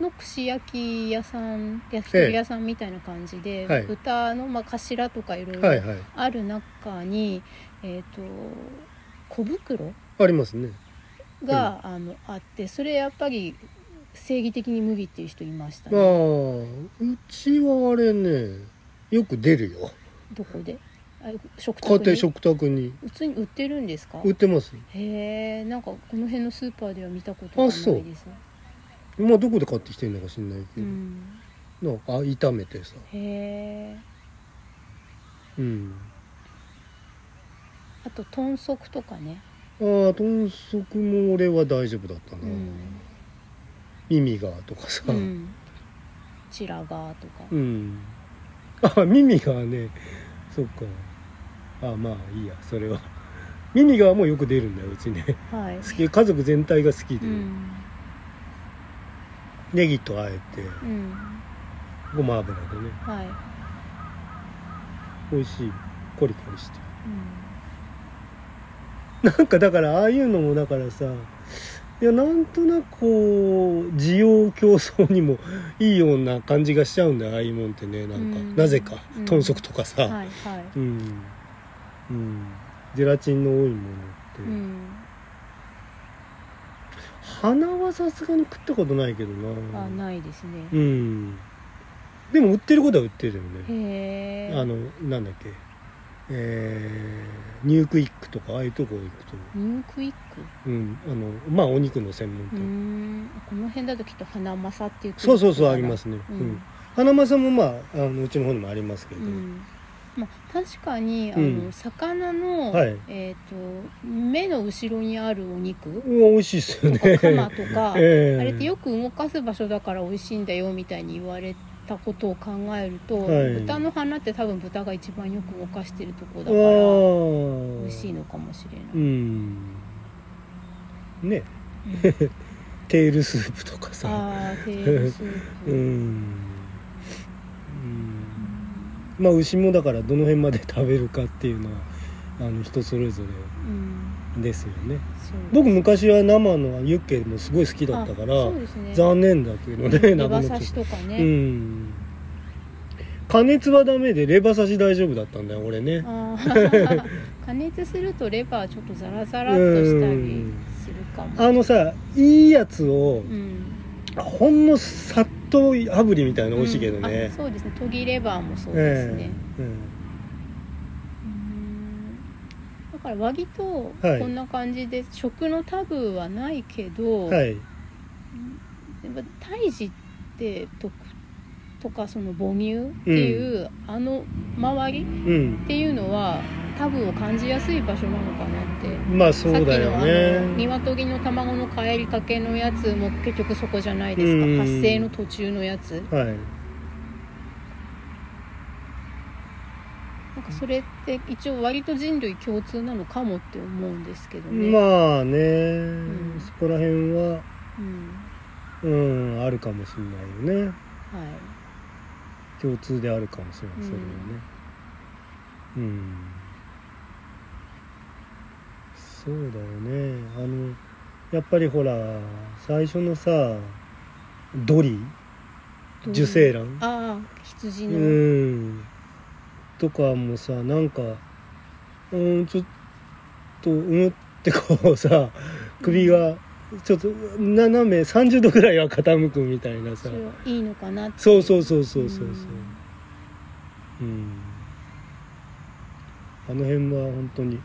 S2: の串焼き屋さん焼き鳥屋さんみたいな感じで、
S1: はい
S2: 豚の、まあ、頭とかいろい
S1: はい
S2: ろ
S1: はい
S2: ある中に、えっ、と小袋
S1: ありますね
S2: が、あのあってそれやっぱり正義的に麦っていう人いました
S1: まあ
S2: ね
S1: うちはあれねよく出るよ
S2: どこであ食
S1: 家
S2: 卓
S1: 庭
S2: に
S1: 食卓に
S2: 普通に売ってるんですか
S1: 売
S2: へ
S1: ってます
S2: えんかこの辺のスーパーでは見たことがないですね
S1: まあどこで買ってきてるのか知んないけ
S2: う
S1: ど、
S2: ん
S1: なんかあ炒めてさ
S2: へえ
S1: うん
S2: あと豚足とかね
S1: ああ豚足も俺は大丈夫だったな、
S2: うん、
S1: 耳がとかさ、
S2: うん、白髪とか
S1: うん。あ、耳がね、そっか。あ、まあいいや、それは。耳がもうよく出るんだよ、うちね。
S2: はい
S1: 好き、家族全体が好き
S2: う
S1: で。
S2: ん
S1: ネギとあえて、
S2: うん
S1: ごま油でね、
S2: はい、
S1: 美味しい。コリコリして。
S2: うん、
S1: なんかだから、ああいうのもだからさ、いや、なんとなくこう、需要競争にもいいような感じがしちゃうんだよ、ああいうもんってね、なんか。
S2: うん
S1: なぜか
S2: うん、
S1: 豚足とかさ。
S2: はいはい
S1: うん。うん。ゼラチンの多いものって。
S2: うん
S1: 花はさすがに食ったことないけどな
S2: あないですね
S1: うんでも売ってることは売ってるよね
S2: へえ
S1: あのなんだっけえー、ニュークイックとかああいうとこ行くと
S2: ニュークイック
S1: うんあのまあお肉の専門
S2: うー
S1: 店、
S2: んこの辺だときっと花正っていう、
S1: そうそうそうありますすね、う
S2: うんん
S1: 花間さんもまああのうちの方にもありますけ
S2: う
S1: ど、
S2: んまあ、確かにあの、
S1: うん
S2: 魚の、
S1: はい
S2: えー、と目の後ろにあるお肉
S1: うん、美味しいっすよ
S2: と
S1: ね
S2: かカマと
S1: [LAUGHS]
S2: か、
S1: ええ
S2: あれってよく動かす場所だから美味しいんだよみたいに言われたことを考えると、
S1: はい
S2: 豚の鼻って多分豚が一番よく動かしてるとこだ
S1: あ
S2: から
S1: ー
S2: 美味しいのかもしれない、
S1: うんね [LAUGHS]
S2: うん
S1: テールスープとかさ
S2: あーテールスープ、
S1: [LAUGHS] うんうんまあ牛もだからどの辺まで食べるかっていうのはあの人それぞ
S2: うん
S1: れですよね
S2: そう
S1: 僕昔は生のユッケもすごい好きだったから
S2: あそうですね
S1: 残念だけどね
S2: レ
S1: なくな
S2: バ
S1: っちゃっ
S2: 刺したとか
S1: う
S2: ね、
S1: ん加熱はダメでレバ刺し大丈夫だったんだよ俺ね
S2: あー [LAUGHS] 加熱するとレバーちょっとザラザラっとしたりするかも
S1: あのさいいやつを
S2: うん
S1: ほんのさっと炙りみたいなの美味しいけど
S2: うんあ
S1: ね、
S2: そうですね研ぎレバーもそうですね、
S1: ええうん
S2: うんだから和木と
S1: はい
S2: こんな感じで食のタブーはないけど、
S1: はい
S2: やっぱ胎児ってととかその母乳っていう、あの周り
S1: うん
S2: っていうのはタブーを感じやすい場所なのかなって
S1: まあそうだよ
S2: さっきのあの
S1: ね
S2: 鶏の卵の帰りかけのやつも結局そこじゃないですか、
S1: うん
S2: 発生の途中のやつ
S1: はい
S2: なんかそれって一応割と人類共通なのかもって思うんですけどね、
S1: まあね、
S2: ん
S1: そこら辺は
S2: うん
S1: うんあるかもしれないよね
S2: はい
S1: 共通であるかもしれな
S2: う
S1: い
S2: ん
S1: それはねうんそうだよねあのやっぱりほら最初のさドリ
S2: どう
S1: 受精卵
S2: ああ羊
S1: う
S2: の、
S1: んとかもさなんかうんちょっとうんってこうさ首がちょっと斜め30度ぐらいは傾くみたいな
S2: そ
S1: さ
S2: れはいいのかなって
S1: そうそうそうそうそうそう
S2: う
S1: う
S2: ん
S1: んあの辺は本当に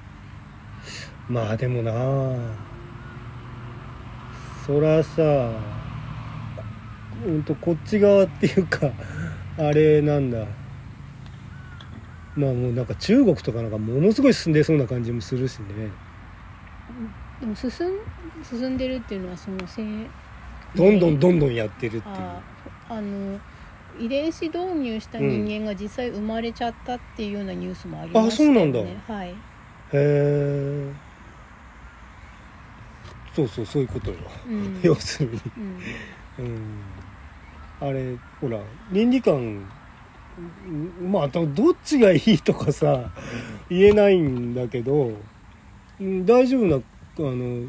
S1: まあでもなそらさほんとこっち側っていうか [LAUGHS] あれなんだまあもうなんか中国とかなんかものすごい進んでそうな感じもするしね
S2: でも進ん進んでるっていうのはそのせん
S1: どんどんどんどんやってるっていう
S2: あああの遺伝子導入した人間が実際生まれちゃったっていうようなニュースもありますよね、
S1: あそうなん
S2: はい
S1: へえそうそうそういうことよ
S2: うん
S1: 要するに
S2: うん
S1: うんあれほら倫理観うんまあどどっちがいいとかさ言えないんだけどうん大丈夫なあの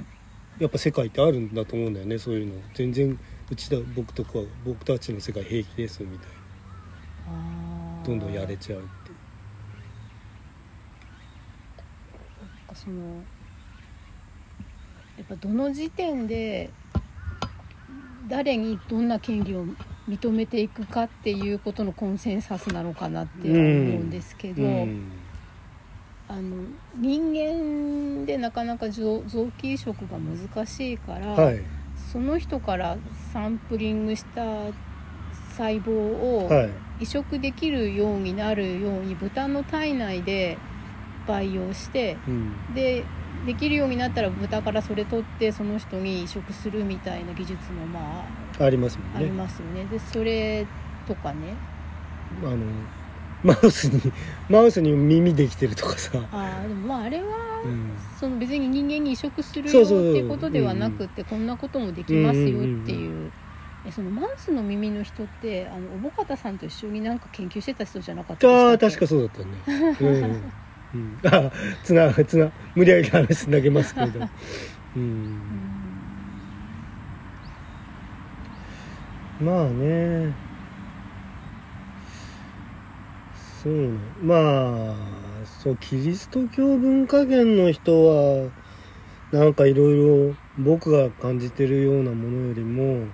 S1: やっぱ世界ってあるんだと思うんだよねそういうの全然うちだ僕とか僕たちの世界平気ですみたい
S2: あ
S1: な
S2: ー
S1: どんどんやれちゃうっていう
S2: なんかそのやっぱどの時点で誰にどんな権利を認めていくかっていうことのコンセンサスなのかなって思うんですけど、
S1: うん
S2: あの人間でなかなか臓臓器移植が難しいから、
S1: はい
S2: その人からサンプリングした細胞を
S1: はい
S2: 移植できるようになるように豚の体内で培養して
S1: うん
S2: でできるようになったら豚からそれ取ってその人に移植するみたいな技術もま
S1: ありますも
S2: ああり
S1: んね
S2: ますよね。でそれとかね
S1: あのマウスにマウスに耳できてるとかさ、
S2: あーでもまああれは
S1: うん、
S2: その別に人間に移植する
S1: そ
S2: よ
S1: う
S2: っ
S1: そうそう
S2: てことではなくってこんなこともできますよって
S1: うん
S2: いう。えそのマウスの耳の人ってあの小保方さんと一緒になんか研究してた人じゃなかった
S1: ああ
S2: でし
S1: 確
S2: た
S1: か
S2: っ
S1: そうだったね、うんうん、あつなつな無理やり話投げますけど、う
S2: け
S1: ん、
S2: うん
S1: まあねそうねまあそうキリスト教文化圏の人はなんかいろいろ僕が感じてるようなものよりも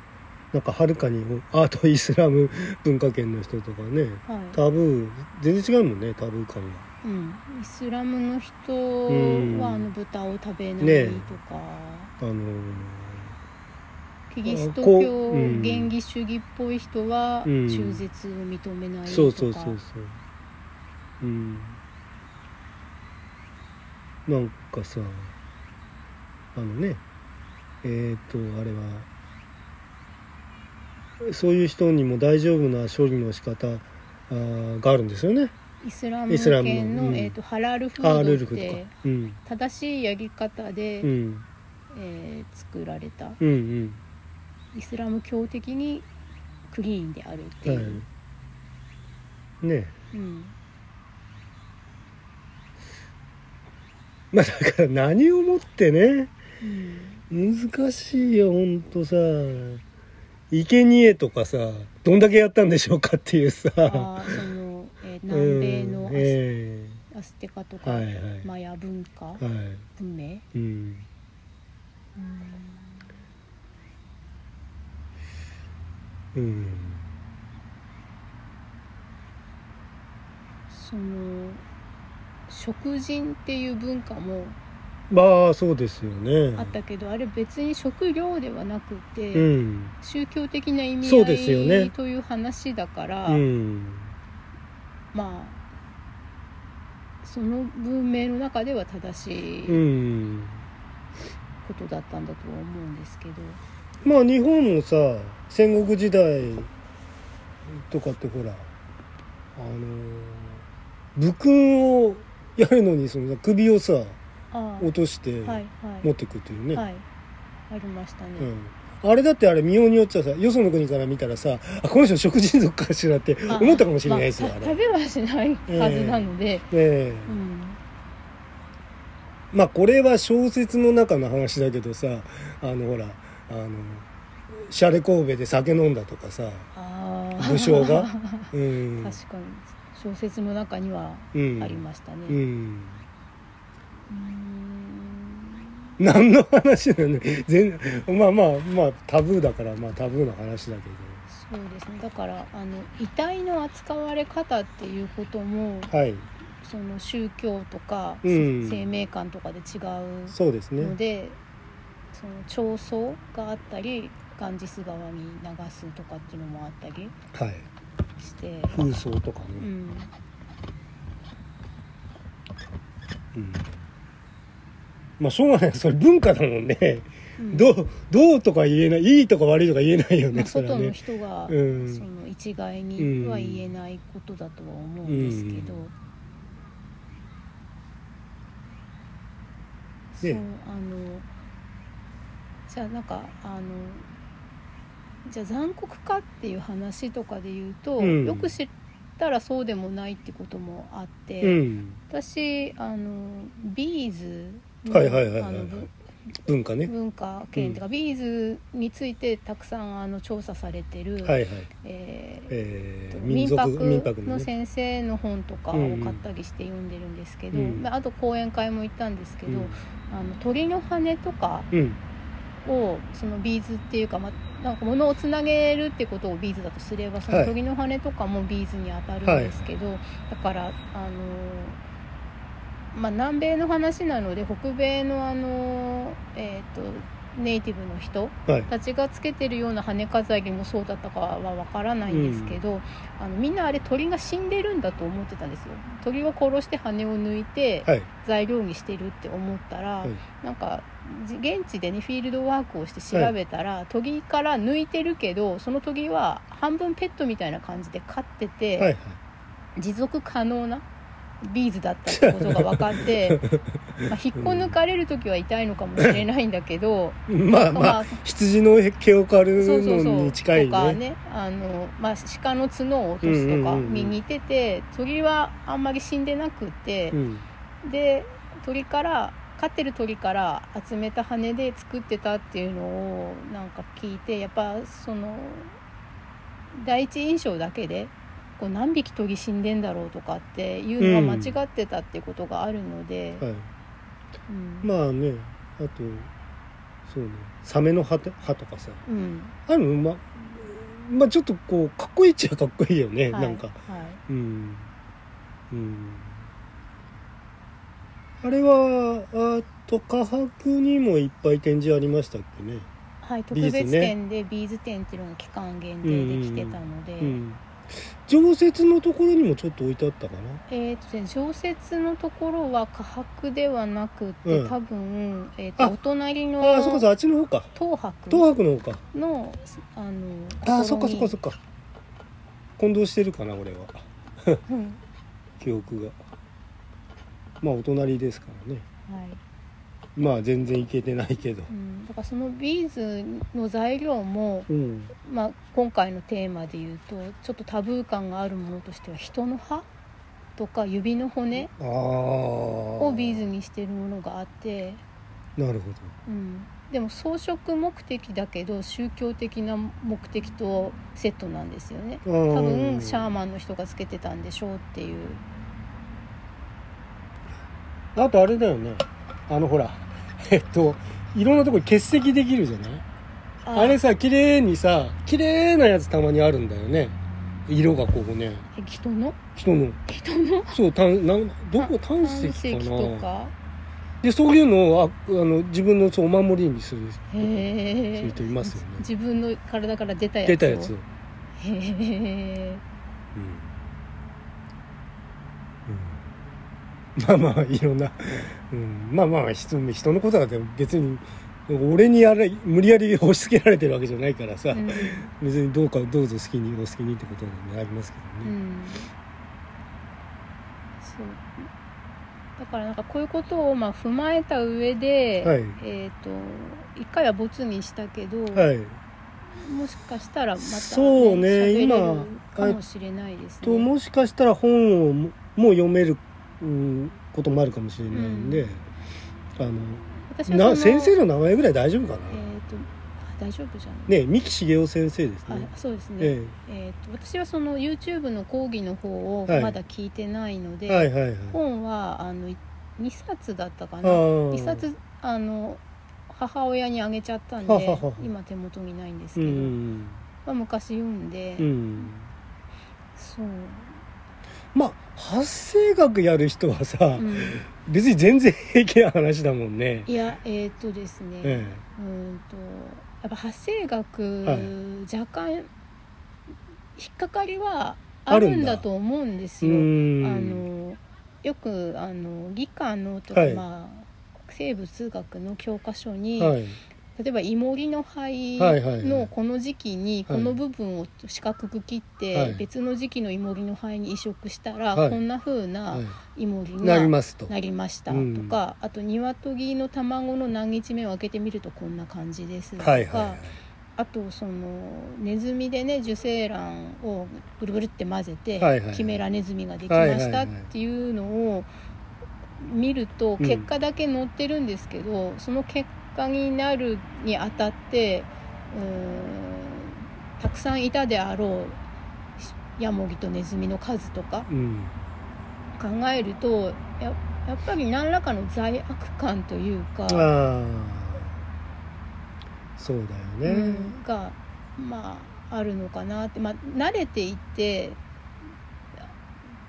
S1: なんかはるかにアートイスラム文化圏の人とかね
S2: はい
S1: タブー全然違うもんねタブー感が。
S2: うん、イスラムの人
S1: うん
S2: はあの豚を食べな
S1: ねえ
S2: いと
S1: あ
S2: か、
S1: の
S2: キリスト
S1: こ
S2: 教
S1: ううん
S2: 原義主義っぽい人は
S1: うん
S2: 中絶を認めないとか、
S1: そうそうそうそううんなんかさあのねえっ、とあれはそういう人にも大丈夫な処理の仕方あーがあるんですよね
S2: イスラ
S1: イ
S2: ム
S1: スラムの
S2: 圏の
S1: うん
S2: えー、とハラルフ
S1: あールール
S2: ードっ
S1: クとかう
S2: て、
S1: ん、
S2: 正しいやり方で、
S1: うん
S2: えー作られた
S1: うんうん
S2: イスラム教的にクリーンであるって、
S1: はいいうね [LAUGHS]
S2: うん、
S1: [LAUGHS] まあだから何をもってね
S2: うん、
S1: 難しいよほんとさ生贄とかさどんだけやったんでしょうかっていうさ
S2: あーその、えー南米の
S1: う
S2: ア
S1: ん
S2: ス,、
S1: え
S2: アステカと
S1: え
S2: か、
S1: はいはい、
S2: マヤ文化、
S1: はい
S2: 文明
S1: うんうん
S2: その食人っていう文化も
S1: まあそうですよね
S2: あったけど、あれ別に食料ではなくて、
S1: うん
S2: 宗教的な意味
S1: そうですよ
S2: 合
S1: ね
S2: いという話だから、
S1: うん
S2: まあその文明の中では正し
S1: う
S2: い
S1: ん
S2: ことだったんだとは思うんですけど、
S1: まあ日本もさ戦国時代とかってほらあの武勲をやるのにその首をさ
S2: ああ
S1: 落として
S2: はいはい
S1: 持ってくっていうね、
S2: はいありましたね、
S1: うん、あれだってあれ見ようによっちゃさよその国から見たらさあこの人食人族かしらって
S2: あ
S1: 思ったかもしれないですよ
S2: ま
S1: あ
S2: あ
S1: れ
S2: た食べはしないはずなので、
S1: ええ
S2: うん
S1: まあこれは小説の中の話だけどさあのほらあのシャレ神戸で酒飲んだとかさ、
S2: ああ
S1: 武将
S2: [LAUGHS]
S1: が
S2: 確
S1: うん、
S2: かに小説の中には
S1: うん
S2: ありましたね、
S1: うん、
S2: うーん
S1: 何の話なの全まあまあまあタブーだからまあタブーの話だけ
S2: そうですねだからあの遺体の扱われ方っていうことも
S1: どはい
S2: その宗教とか、
S1: うん
S2: 生命観とかで違う
S1: そうです
S2: の
S1: ね
S2: で、その調層があったりガンジス川に流すとかっていうのもあったり
S1: はい
S2: して、
S1: 風葬とかね、
S2: うん、
S1: うんまあしょうがないそれ文化だもんね、
S2: うん
S1: どうどうとか言えないいいとか悪いとか言えないよね、
S2: まあ
S1: それは
S2: 外の
S1: ね
S2: 人が、
S1: うん
S2: その一概には言えないことだとは思うんですけど、
S1: うん
S2: そう
S1: ね
S2: あのじゃあなんかあのじゃあ残酷かっていう話とかで言うと、
S1: うん
S2: よく知ったらそうでもないってこともあって、
S1: うん
S2: 私あのビーズの
S1: はいはいはいは
S2: あ
S1: い
S2: の
S1: 文化ね
S2: 文化圏とか、ビーズについてたくさんあの調査されてる、
S1: はいはい
S2: えー
S1: えー、民
S2: 民
S1: 族
S2: 泊
S1: 民泊の
S2: の
S1: ね
S2: 先生の本とかを買ったりして読んでるんですけど、
S1: うん
S2: まああと講演会も行ったんですけ
S1: う
S2: ど、
S1: ん
S2: あの鳥の羽とか
S1: うん
S2: をそのビーズっていうか、まあ、なんか物をつなげるってことをビーズだとすればそ
S1: は
S2: の
S1: い
S2: 鳥の羽とかもビーズに当たるん
S1: はい
S2: ですけど、だからあのまあ、南米の話なので北米のあの、えー、とネイティブの人
S1: はい
S2: たちがつけてるような羽飾りもそうだったかはわからないんですけど、あのみんなあれ鳥が死んでるんだと思ってたんですよ鳥を殺して羽を抜いて
S1: はい
S2: 材料にしてるって思ったら、
S1: はい
S2: なんかじ現地でねフィールドワークをして調べたら、トギから抜いてるけどそのトギは半分ペットみたいな感じで飼ってて、
S1: はいはい
S2: 持続可能なビーズだったってことが分かって
S1: [LAUGHS]
S2: まあ引っこ抜かれる時は痛いのかもしれないんだけど
S1: [LAUGHS] まあま
S2: ま
S1: あ
S2: あ
S1: 羊の毛を刈る
S2: そうそうそう
S1: のに近い
S2: とか
S1: ね
S2: ねあの、まあ、鹿の角を落とすとか
S1: うんうんうんうん
S2: に似てて鳥はあんまり死んでなくて
S1: う、ん
S2: で鳥から飼ってる鳥から集めた羽で作ってたっていうのをなんか聞いてやっぱその第一印象だけでこう何匹鳥死んでんだろうとかっていうのは間違ってたっていうことがあるので、
S1: はい
S2: うん
S1: まあねあとそうねサメの歯と歯とかさ
S2: うん
S1: あるままあちょっとこうかっこいいっちゃかっこいいよね、
S2: はい
S1: なんか
S2: はい
S1: うんうんあれはあと科博にもいっぱい展示ありましたっけね
S2: はい、特
S1: ビーズね
S2: 別展でビーズ展っていうのが期間限定で来てたので、
S1: うん常設のところにもちょっと置いてあったかな
S2: えーとね常設のところは科博ではなくて、
S1: うん
S2: 多分、えーと
S1: あ
S2: お隣の
S1: ああそこそあっちの方か
S2: 東博
S1: 東博の方か
S2: のあの
S1: ああ
S2: と
S1: そっ
S2: こ
S1: か
S2: ろ
S1: そっかそ
S2: に
S1: っか混同してるかな俺は
S2: うん
S1: 記憶がまあお隣ですからね
S2: はい
S1: まあ全然いけてないけど
S2: うん、だからそのビーズの材料も、
S1: うん
S2: まあ、今回のテーマで言うとちょっとタブー感があるものとしては人の歯とか指の骨
S1: ああ
S2: をビーズにしてるものがあって、
S1: なるほど
S2: うん、でも装飾目的だけど宗教的な目的とセットなんですよね
S1: 多
S2: 多分シャーマンの人がつけてたんでしょうっていう
S1: あとあれだよねあのほら [LAUGHS] えっといろんなとこに欠席できるじゃないあれさ綺麗にさ綺麗なやつたまにあるんだよね色がこうね
S2: え人の
S1: 人の
S2: 人の
S1: そうたんなんどこ
S2: あ
S1: 胆石か
S2: 胆
S1: な
S2: とか
S1: でそういうのをああの自分のそうお守りにする
S2: へ
S1: そういう
S2: え
S1: 人いますよね
S2: 自分の体から出たやつを
S1: 出たやつを、
S2: へえ
S1: うんまあまあいろんな、うん、まあまあ人人のことだって別に俺にやれ無理やり押し付けられてるわけじゃないからさ、
S2: うん
S1: 別にどうかどうぞ好きにお好きにってことになりますけ
S2: う
S1: どね、
S2: んそうだからなんかこういうことをまあ踏まえた上で、
S1: はい
S2: えっ、と一回はボツにしたけど、
S1: はい
S2: もしかしたらまた、ね、
S1: そうね
S2: 喋れる
S1: 今
S2: かもしれないです
S1: と
S2: ね。
S1: もしかしたら本をももう読める、うん、こともあるかもしれないんで、
S2: うん私
S1: あのな
S2: はその
S1: 先生の名前ぐらい大丈夫かな、
S2: えー、とあ大丈夫じゃない、
S1: ね三木茂雄先生ですね
S2: あそうですね、え
S1: え
S2: ーと私はその YouTube の講義の方を
S1: はい
S2: まだ聞いてないの
S1: え
S2: で、
S1: はいはいはい
S2: 本はあの2冊だったか
S1: あ
S2: な
S1: ー
S2: 2冊あの母親にあげちゃったん
S1: ははは
S2: で
S1: は
S2: 今手元にないんです
S1: う
S2: けど、
S1: ん、
S2: まあ、昔読んで、
S1: うん、
S2: そう、
S1: まあ発声学やる人はさ、
S2: うん、
S1: 別に全然平気な話だもんね
S2: いやえっ、とですね、
S1: え
S2: うーんとやっぱ発生学、
S1: はい
S2: 若干引っかかりは
S1: あ
S2: あ
S1: る
S2: る
S1: んだ
S2: んだと思うんです
S1: えう
S2: よ。あ
S1: ん
S2: のよくあの理科のとか、
S1: はい
S2: まあ生物学の教科書に、
S1: はい
S2: 例えばイモリの肺
S1: はいはいはい
S2: のこの時期に
S1: は
S2: こ
S1: い
S2: の部分を四角く切って、
S1: はい
S2: 別の時期のイモリの肺に移植したら、
S1: はい
S2: こんな風な
S1: はい
S2: イモリ
S1: な
S2: が
S1: りますと
S2: なりました
S1: う
S2: と
S1: ん
S2: か、あと鶏の卵の何日目を開けてみるとこんな感じですとか、
S1: はいはい
S2: あとそのネズミでね受精卵をぐるぐるって混ぜて、
S1: はいはい
S2: キメラネズミができま
S1: はいはい
S2: し
S1: は
S2: た
S1: い
S2: っていうのを見る
S1: う
S2: と
S1: ん
S2: 結果だけ載ってるんですけど、その結果になるにあたってうーんたくさんいたであろうヤモギとネズミの数とか
S1: うん
S2: 考えるとややっぱり何らかの罪悪感というか
S1: ああそうだ
S2: う
S1: よね。
S2: ん、がまああるのかなって、まあ、慣れていって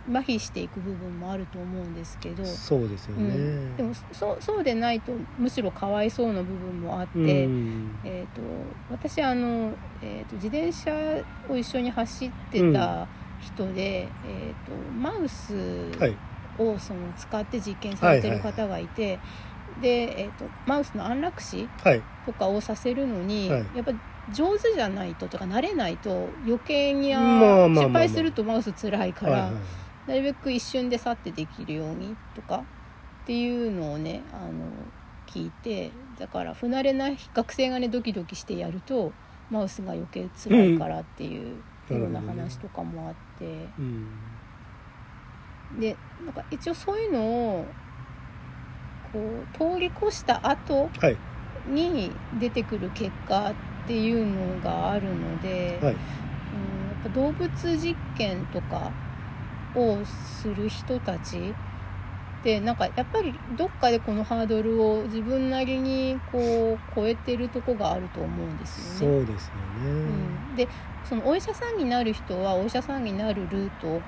S2: 麻痺していく部分もあると思うんですけど、
S1: そうですよ
S2: う
S1: ね。
S2: ん、でもそうそうでないとむしろかわいそうな部分もあって、
S1: うん
S2: えー、と私あの、えー、と自転車を一緒に走ってた人で、えー、とマウス
S1: はい。
S2: をその使って実験されてる方がいて、で、えー、とマウスの安楽死
S1: はい。
S2: とかをさせるのに、
S1: はい
S2: やっぱ上手じゃないととか慣れないと余計にあ
S1: まあまあまあ
S2: 失敗するとマウスつらいから、
S1: はいはい
S2: なるべく一瞬で去ってできるようにとかっていうのをねあの聞いてだから不慣れな学生がねドキドキしてやるとマウスが余計辛いからっていう
S1: うん
S2: よう
S1: なる
S2: な
S1: ほどね
S2: 話とかもあって、
S1: うん。
S2: でなんか一応そういうのをこう通り越した後
S1: はい。
S2: に出てくる結果っていうのがあるので、
S1: はい。
S2: うん、やっぱ動物実験とかをする人たちでなんかやっぱりどっかでこのハードルを自分なりにこう超えてるとこがあると思うんです
S1: そ
S2: よね。
S1: うですよ
S2: う
S1: ね。
S2: ん、でそのお医者さんになる人はお医者さんになるルートを、
S1: ん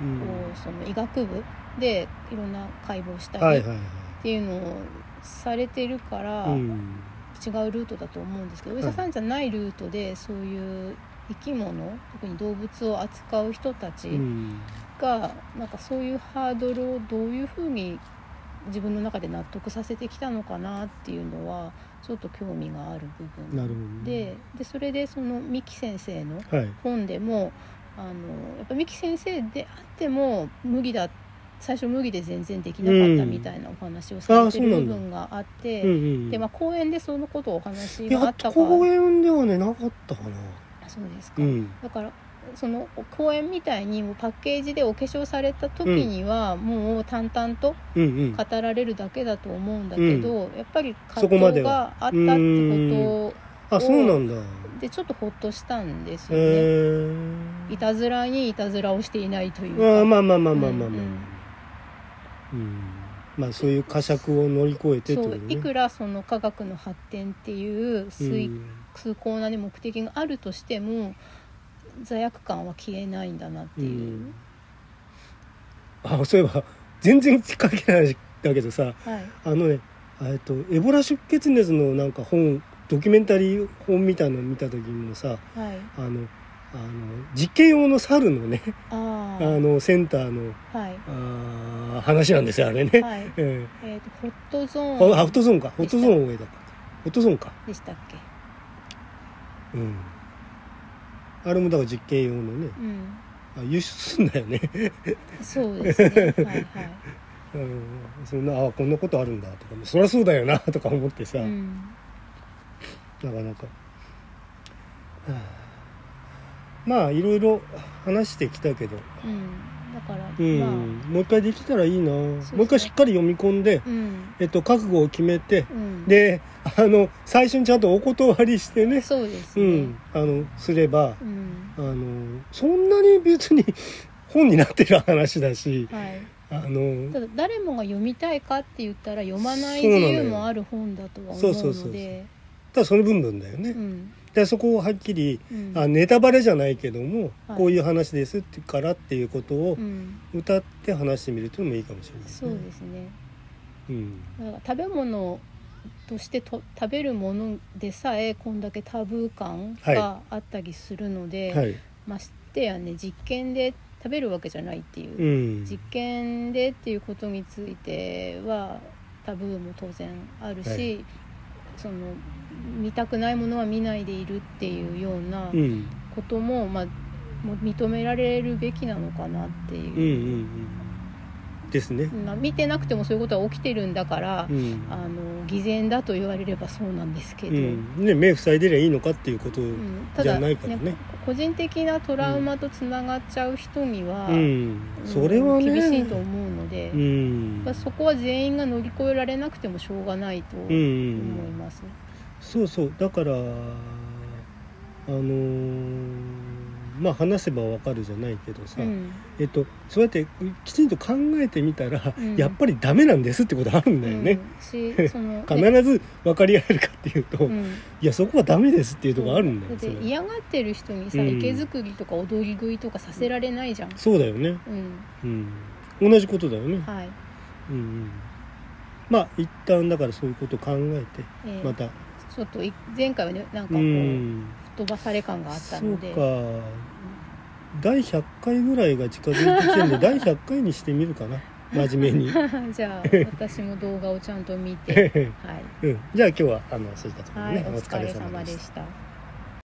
S2: その医学部でいろんな解剖した
S1: はい
S2: りっ
S1: はい
S2: ていうのをされてるから、
S1: はい。うん。
S2: 違うルートだと思うんですけどお医者さんじゃないルートでそういう生き物特に動物を扱う人たち
S1: うん。
S2: が、なんかそういうハードルをどういうふうに自分の中で納得させてきたのかなっていうのはちょっと興味がある部
S1: なるほど
S2: 分で,、
S1: ね
S2: でそれでその三木先生の
S1: はい。
S2: 本でもあのやっぱ三木先生であっても麦だ最初麦で全然できなかったみたいなお話をされてる
S1: うんあー
S2: 部
S1: そうなんだ
S2: 分があって。
S1: うんうん。
S2: でまあ、公園でそのことをお話
S1: い
S2: があ
S1: や
S2: ったか
S1: 公園ではねなかったかな。
S2: あそうですか、
S1: うん。
S2: だからその公園みたいにもうパッケージでお化粧された時にはもう淡々と
S1: うんうん。
S2: 語られるだけだと思うんだけど、やっぱり
S1: そこ
S2: 葛
S1: まで
S2: 藤があったってこ
S1: あそうなんだ。
S2: とでちょっとほっとしたんですよね、
S1: ええ。
S2: いたずらにいたずらをしていないという
S1: ま
S2: か、
S1: あまあまあまあまあまあまあ
S2: うん。
S1: うん。まあそういう呵責を乗り越えてって
S2: そ
S1: こ
S2: う
S1: とね。
S2: いくらその科学の発展っていう推
S1: うん
S2: 崇高な、ね、目的があるとしても罪悪感は消えないんだなっていう、
S1: んあそういえば全然関係ないんだけどさ
S2: はい、
S1: あのねえっとエボラ出血熱のなんか本ドキュメンタリー本みたいの見た時にもさ
S2: はい、
S1: あのあの実験用の猿のね
S2: あ
S1: あ
S2: ー
S1: のセンターの
S2: はい
S1: あー話なんですよあれね、
S2: はい
S1: え
S2: えっ、とホットゾ
S1: え
S2: ー
S1: あホ
S2: ン
S1: ットゾーンかホットゾーンを終えたかホットゾーンか
S2: でしたっけ
S1: うんあれもだから実験用のね
S2: う
S1: あ
S2: ん
S1: 輸出すんだよね、 [LAUGHS]
S2: そうですねはいはい
S1: うん、そんなあこんなことあるんだとかそりゃそうだよな [LAUGHS] とか思ってさ、
S2: うん
S1: なかなか。はあまあいろいろ話してきたけど、
S2: うんだから、
S1: うん
S2: ま
S1: もう一回できたらいいな
S2: そう
S1: もう一回しっかり読み込んで
S2: あ、うん
S1: えっと、覚悟を決めて
S2: うん
S1: であの最初にちゃんとお断りしてね
S2: そうです
S1: う
S2: ね、
S1: ん、あのすれば
S2: うん
S1: あのそんなに別に [LAUGHS] 本になってる話だし
S2: はい、
S1: あの
S2: ただ誰もが読みたいかって言ったら読まない
S1: そうな
S2: 自
S1: のよ
S2: 由もある本だとは思
S1: そううそうそうそ
S2: の
S1: う
S2: で
S1: ただその部分だよ
S2: う
S1: ね。
S2: ん
S1: でそこをはっきり
S2: うん
S1: あネタバレじゃないけども、
S2: はい
S1: こういう話ですってからっていうことを、
S2: うん
S1: 歌って話してみるというのもいいかもしれない、ね、
S2: そうですね
S1: うん、
S2: なんか食べ物としてと食べるものでさえこんだけタブー感があったりするので、
S1: はい、
S2: ましてやね実験で食べるわけじゃないっていう、
S1: うん、
S2: 実験でっていうことについてはタブーも当然あるし、
S1: はい
S2: その見たくないものは見ないでいるっていうような
S1: うん、
S2: ことも、まあもう認められるべきなのかなって
S1: うん、うん、う
S2: いう、
S1: ん、ですね。
S2: まあ、見てなくてもそういうことは起きてるんだから
S1: う、ん、
S2: あの偽善だと言われればそうなんですけ
S1: う
S2: ど、
S1: ん、ね、目塞いでりゃいいのかっていうこと、
S2: う
S1: うん、
S2: んた
S1: じ
S2: だ
S1: ゃないからね
S2: なんか個人的なトラウマとつながっちゃう人には、うん
S1: それはね、
S2: 厳しいと思うの
S1: う
S2: で、やっ
S1: ん
S2: ぱ、そこは全員が乗り越えられなくてもしょうがないと
S1: う
S2: 思い
S1: ん、
S2: ます、
S1: そうそう、だから、あのーまあ話せばわかるじゃないけどさ、
S2: うん
S1: えっと、そうやってきちんと考えてみたら、
S2: うん
S1: やっぱりダメなんですってことあるんだよね、
S2: うん
S1: [LAUGHS]
S2: しその
S1: 必ず分かり合えるかっていうと、
S2: うん
S1: いやそこはダメですっていうところあるんだよ、
S2: そ
S1: そ
S2: うだっ
S1: れ
S2: て嫌がってる人にさ、
S1: うん
S2: 池作りとか踊り食いとかさせられないじゃん
S1: そうだよね、
S2: うん
S1: うん、同じことだよね、
S2: はい、
S1: うんうん、まあ一旦だからそういうことを考え
S2: え
S1: て
S2: ー
S1: また、
S2: ちょっとい前回はねなん
S1: う
S2: かこう、
S1: ん
S2: 吹っ飛ばされ感があった
S1: そう
S2: ので
S1: か第100回ぐらいが近づいてきてるんで第100回にしてみるかな真面目に、
S2: [LAUGHS] じゃあ私も
S1: [LAUGHS]
S2: 動画をちゃんと見ては
S1: う
S2: い、
S1: ん、じゃあ今日はあのそういったところ
S2: は
S1: で
S2: い
S1: ね、
S2: お疲れ様でした。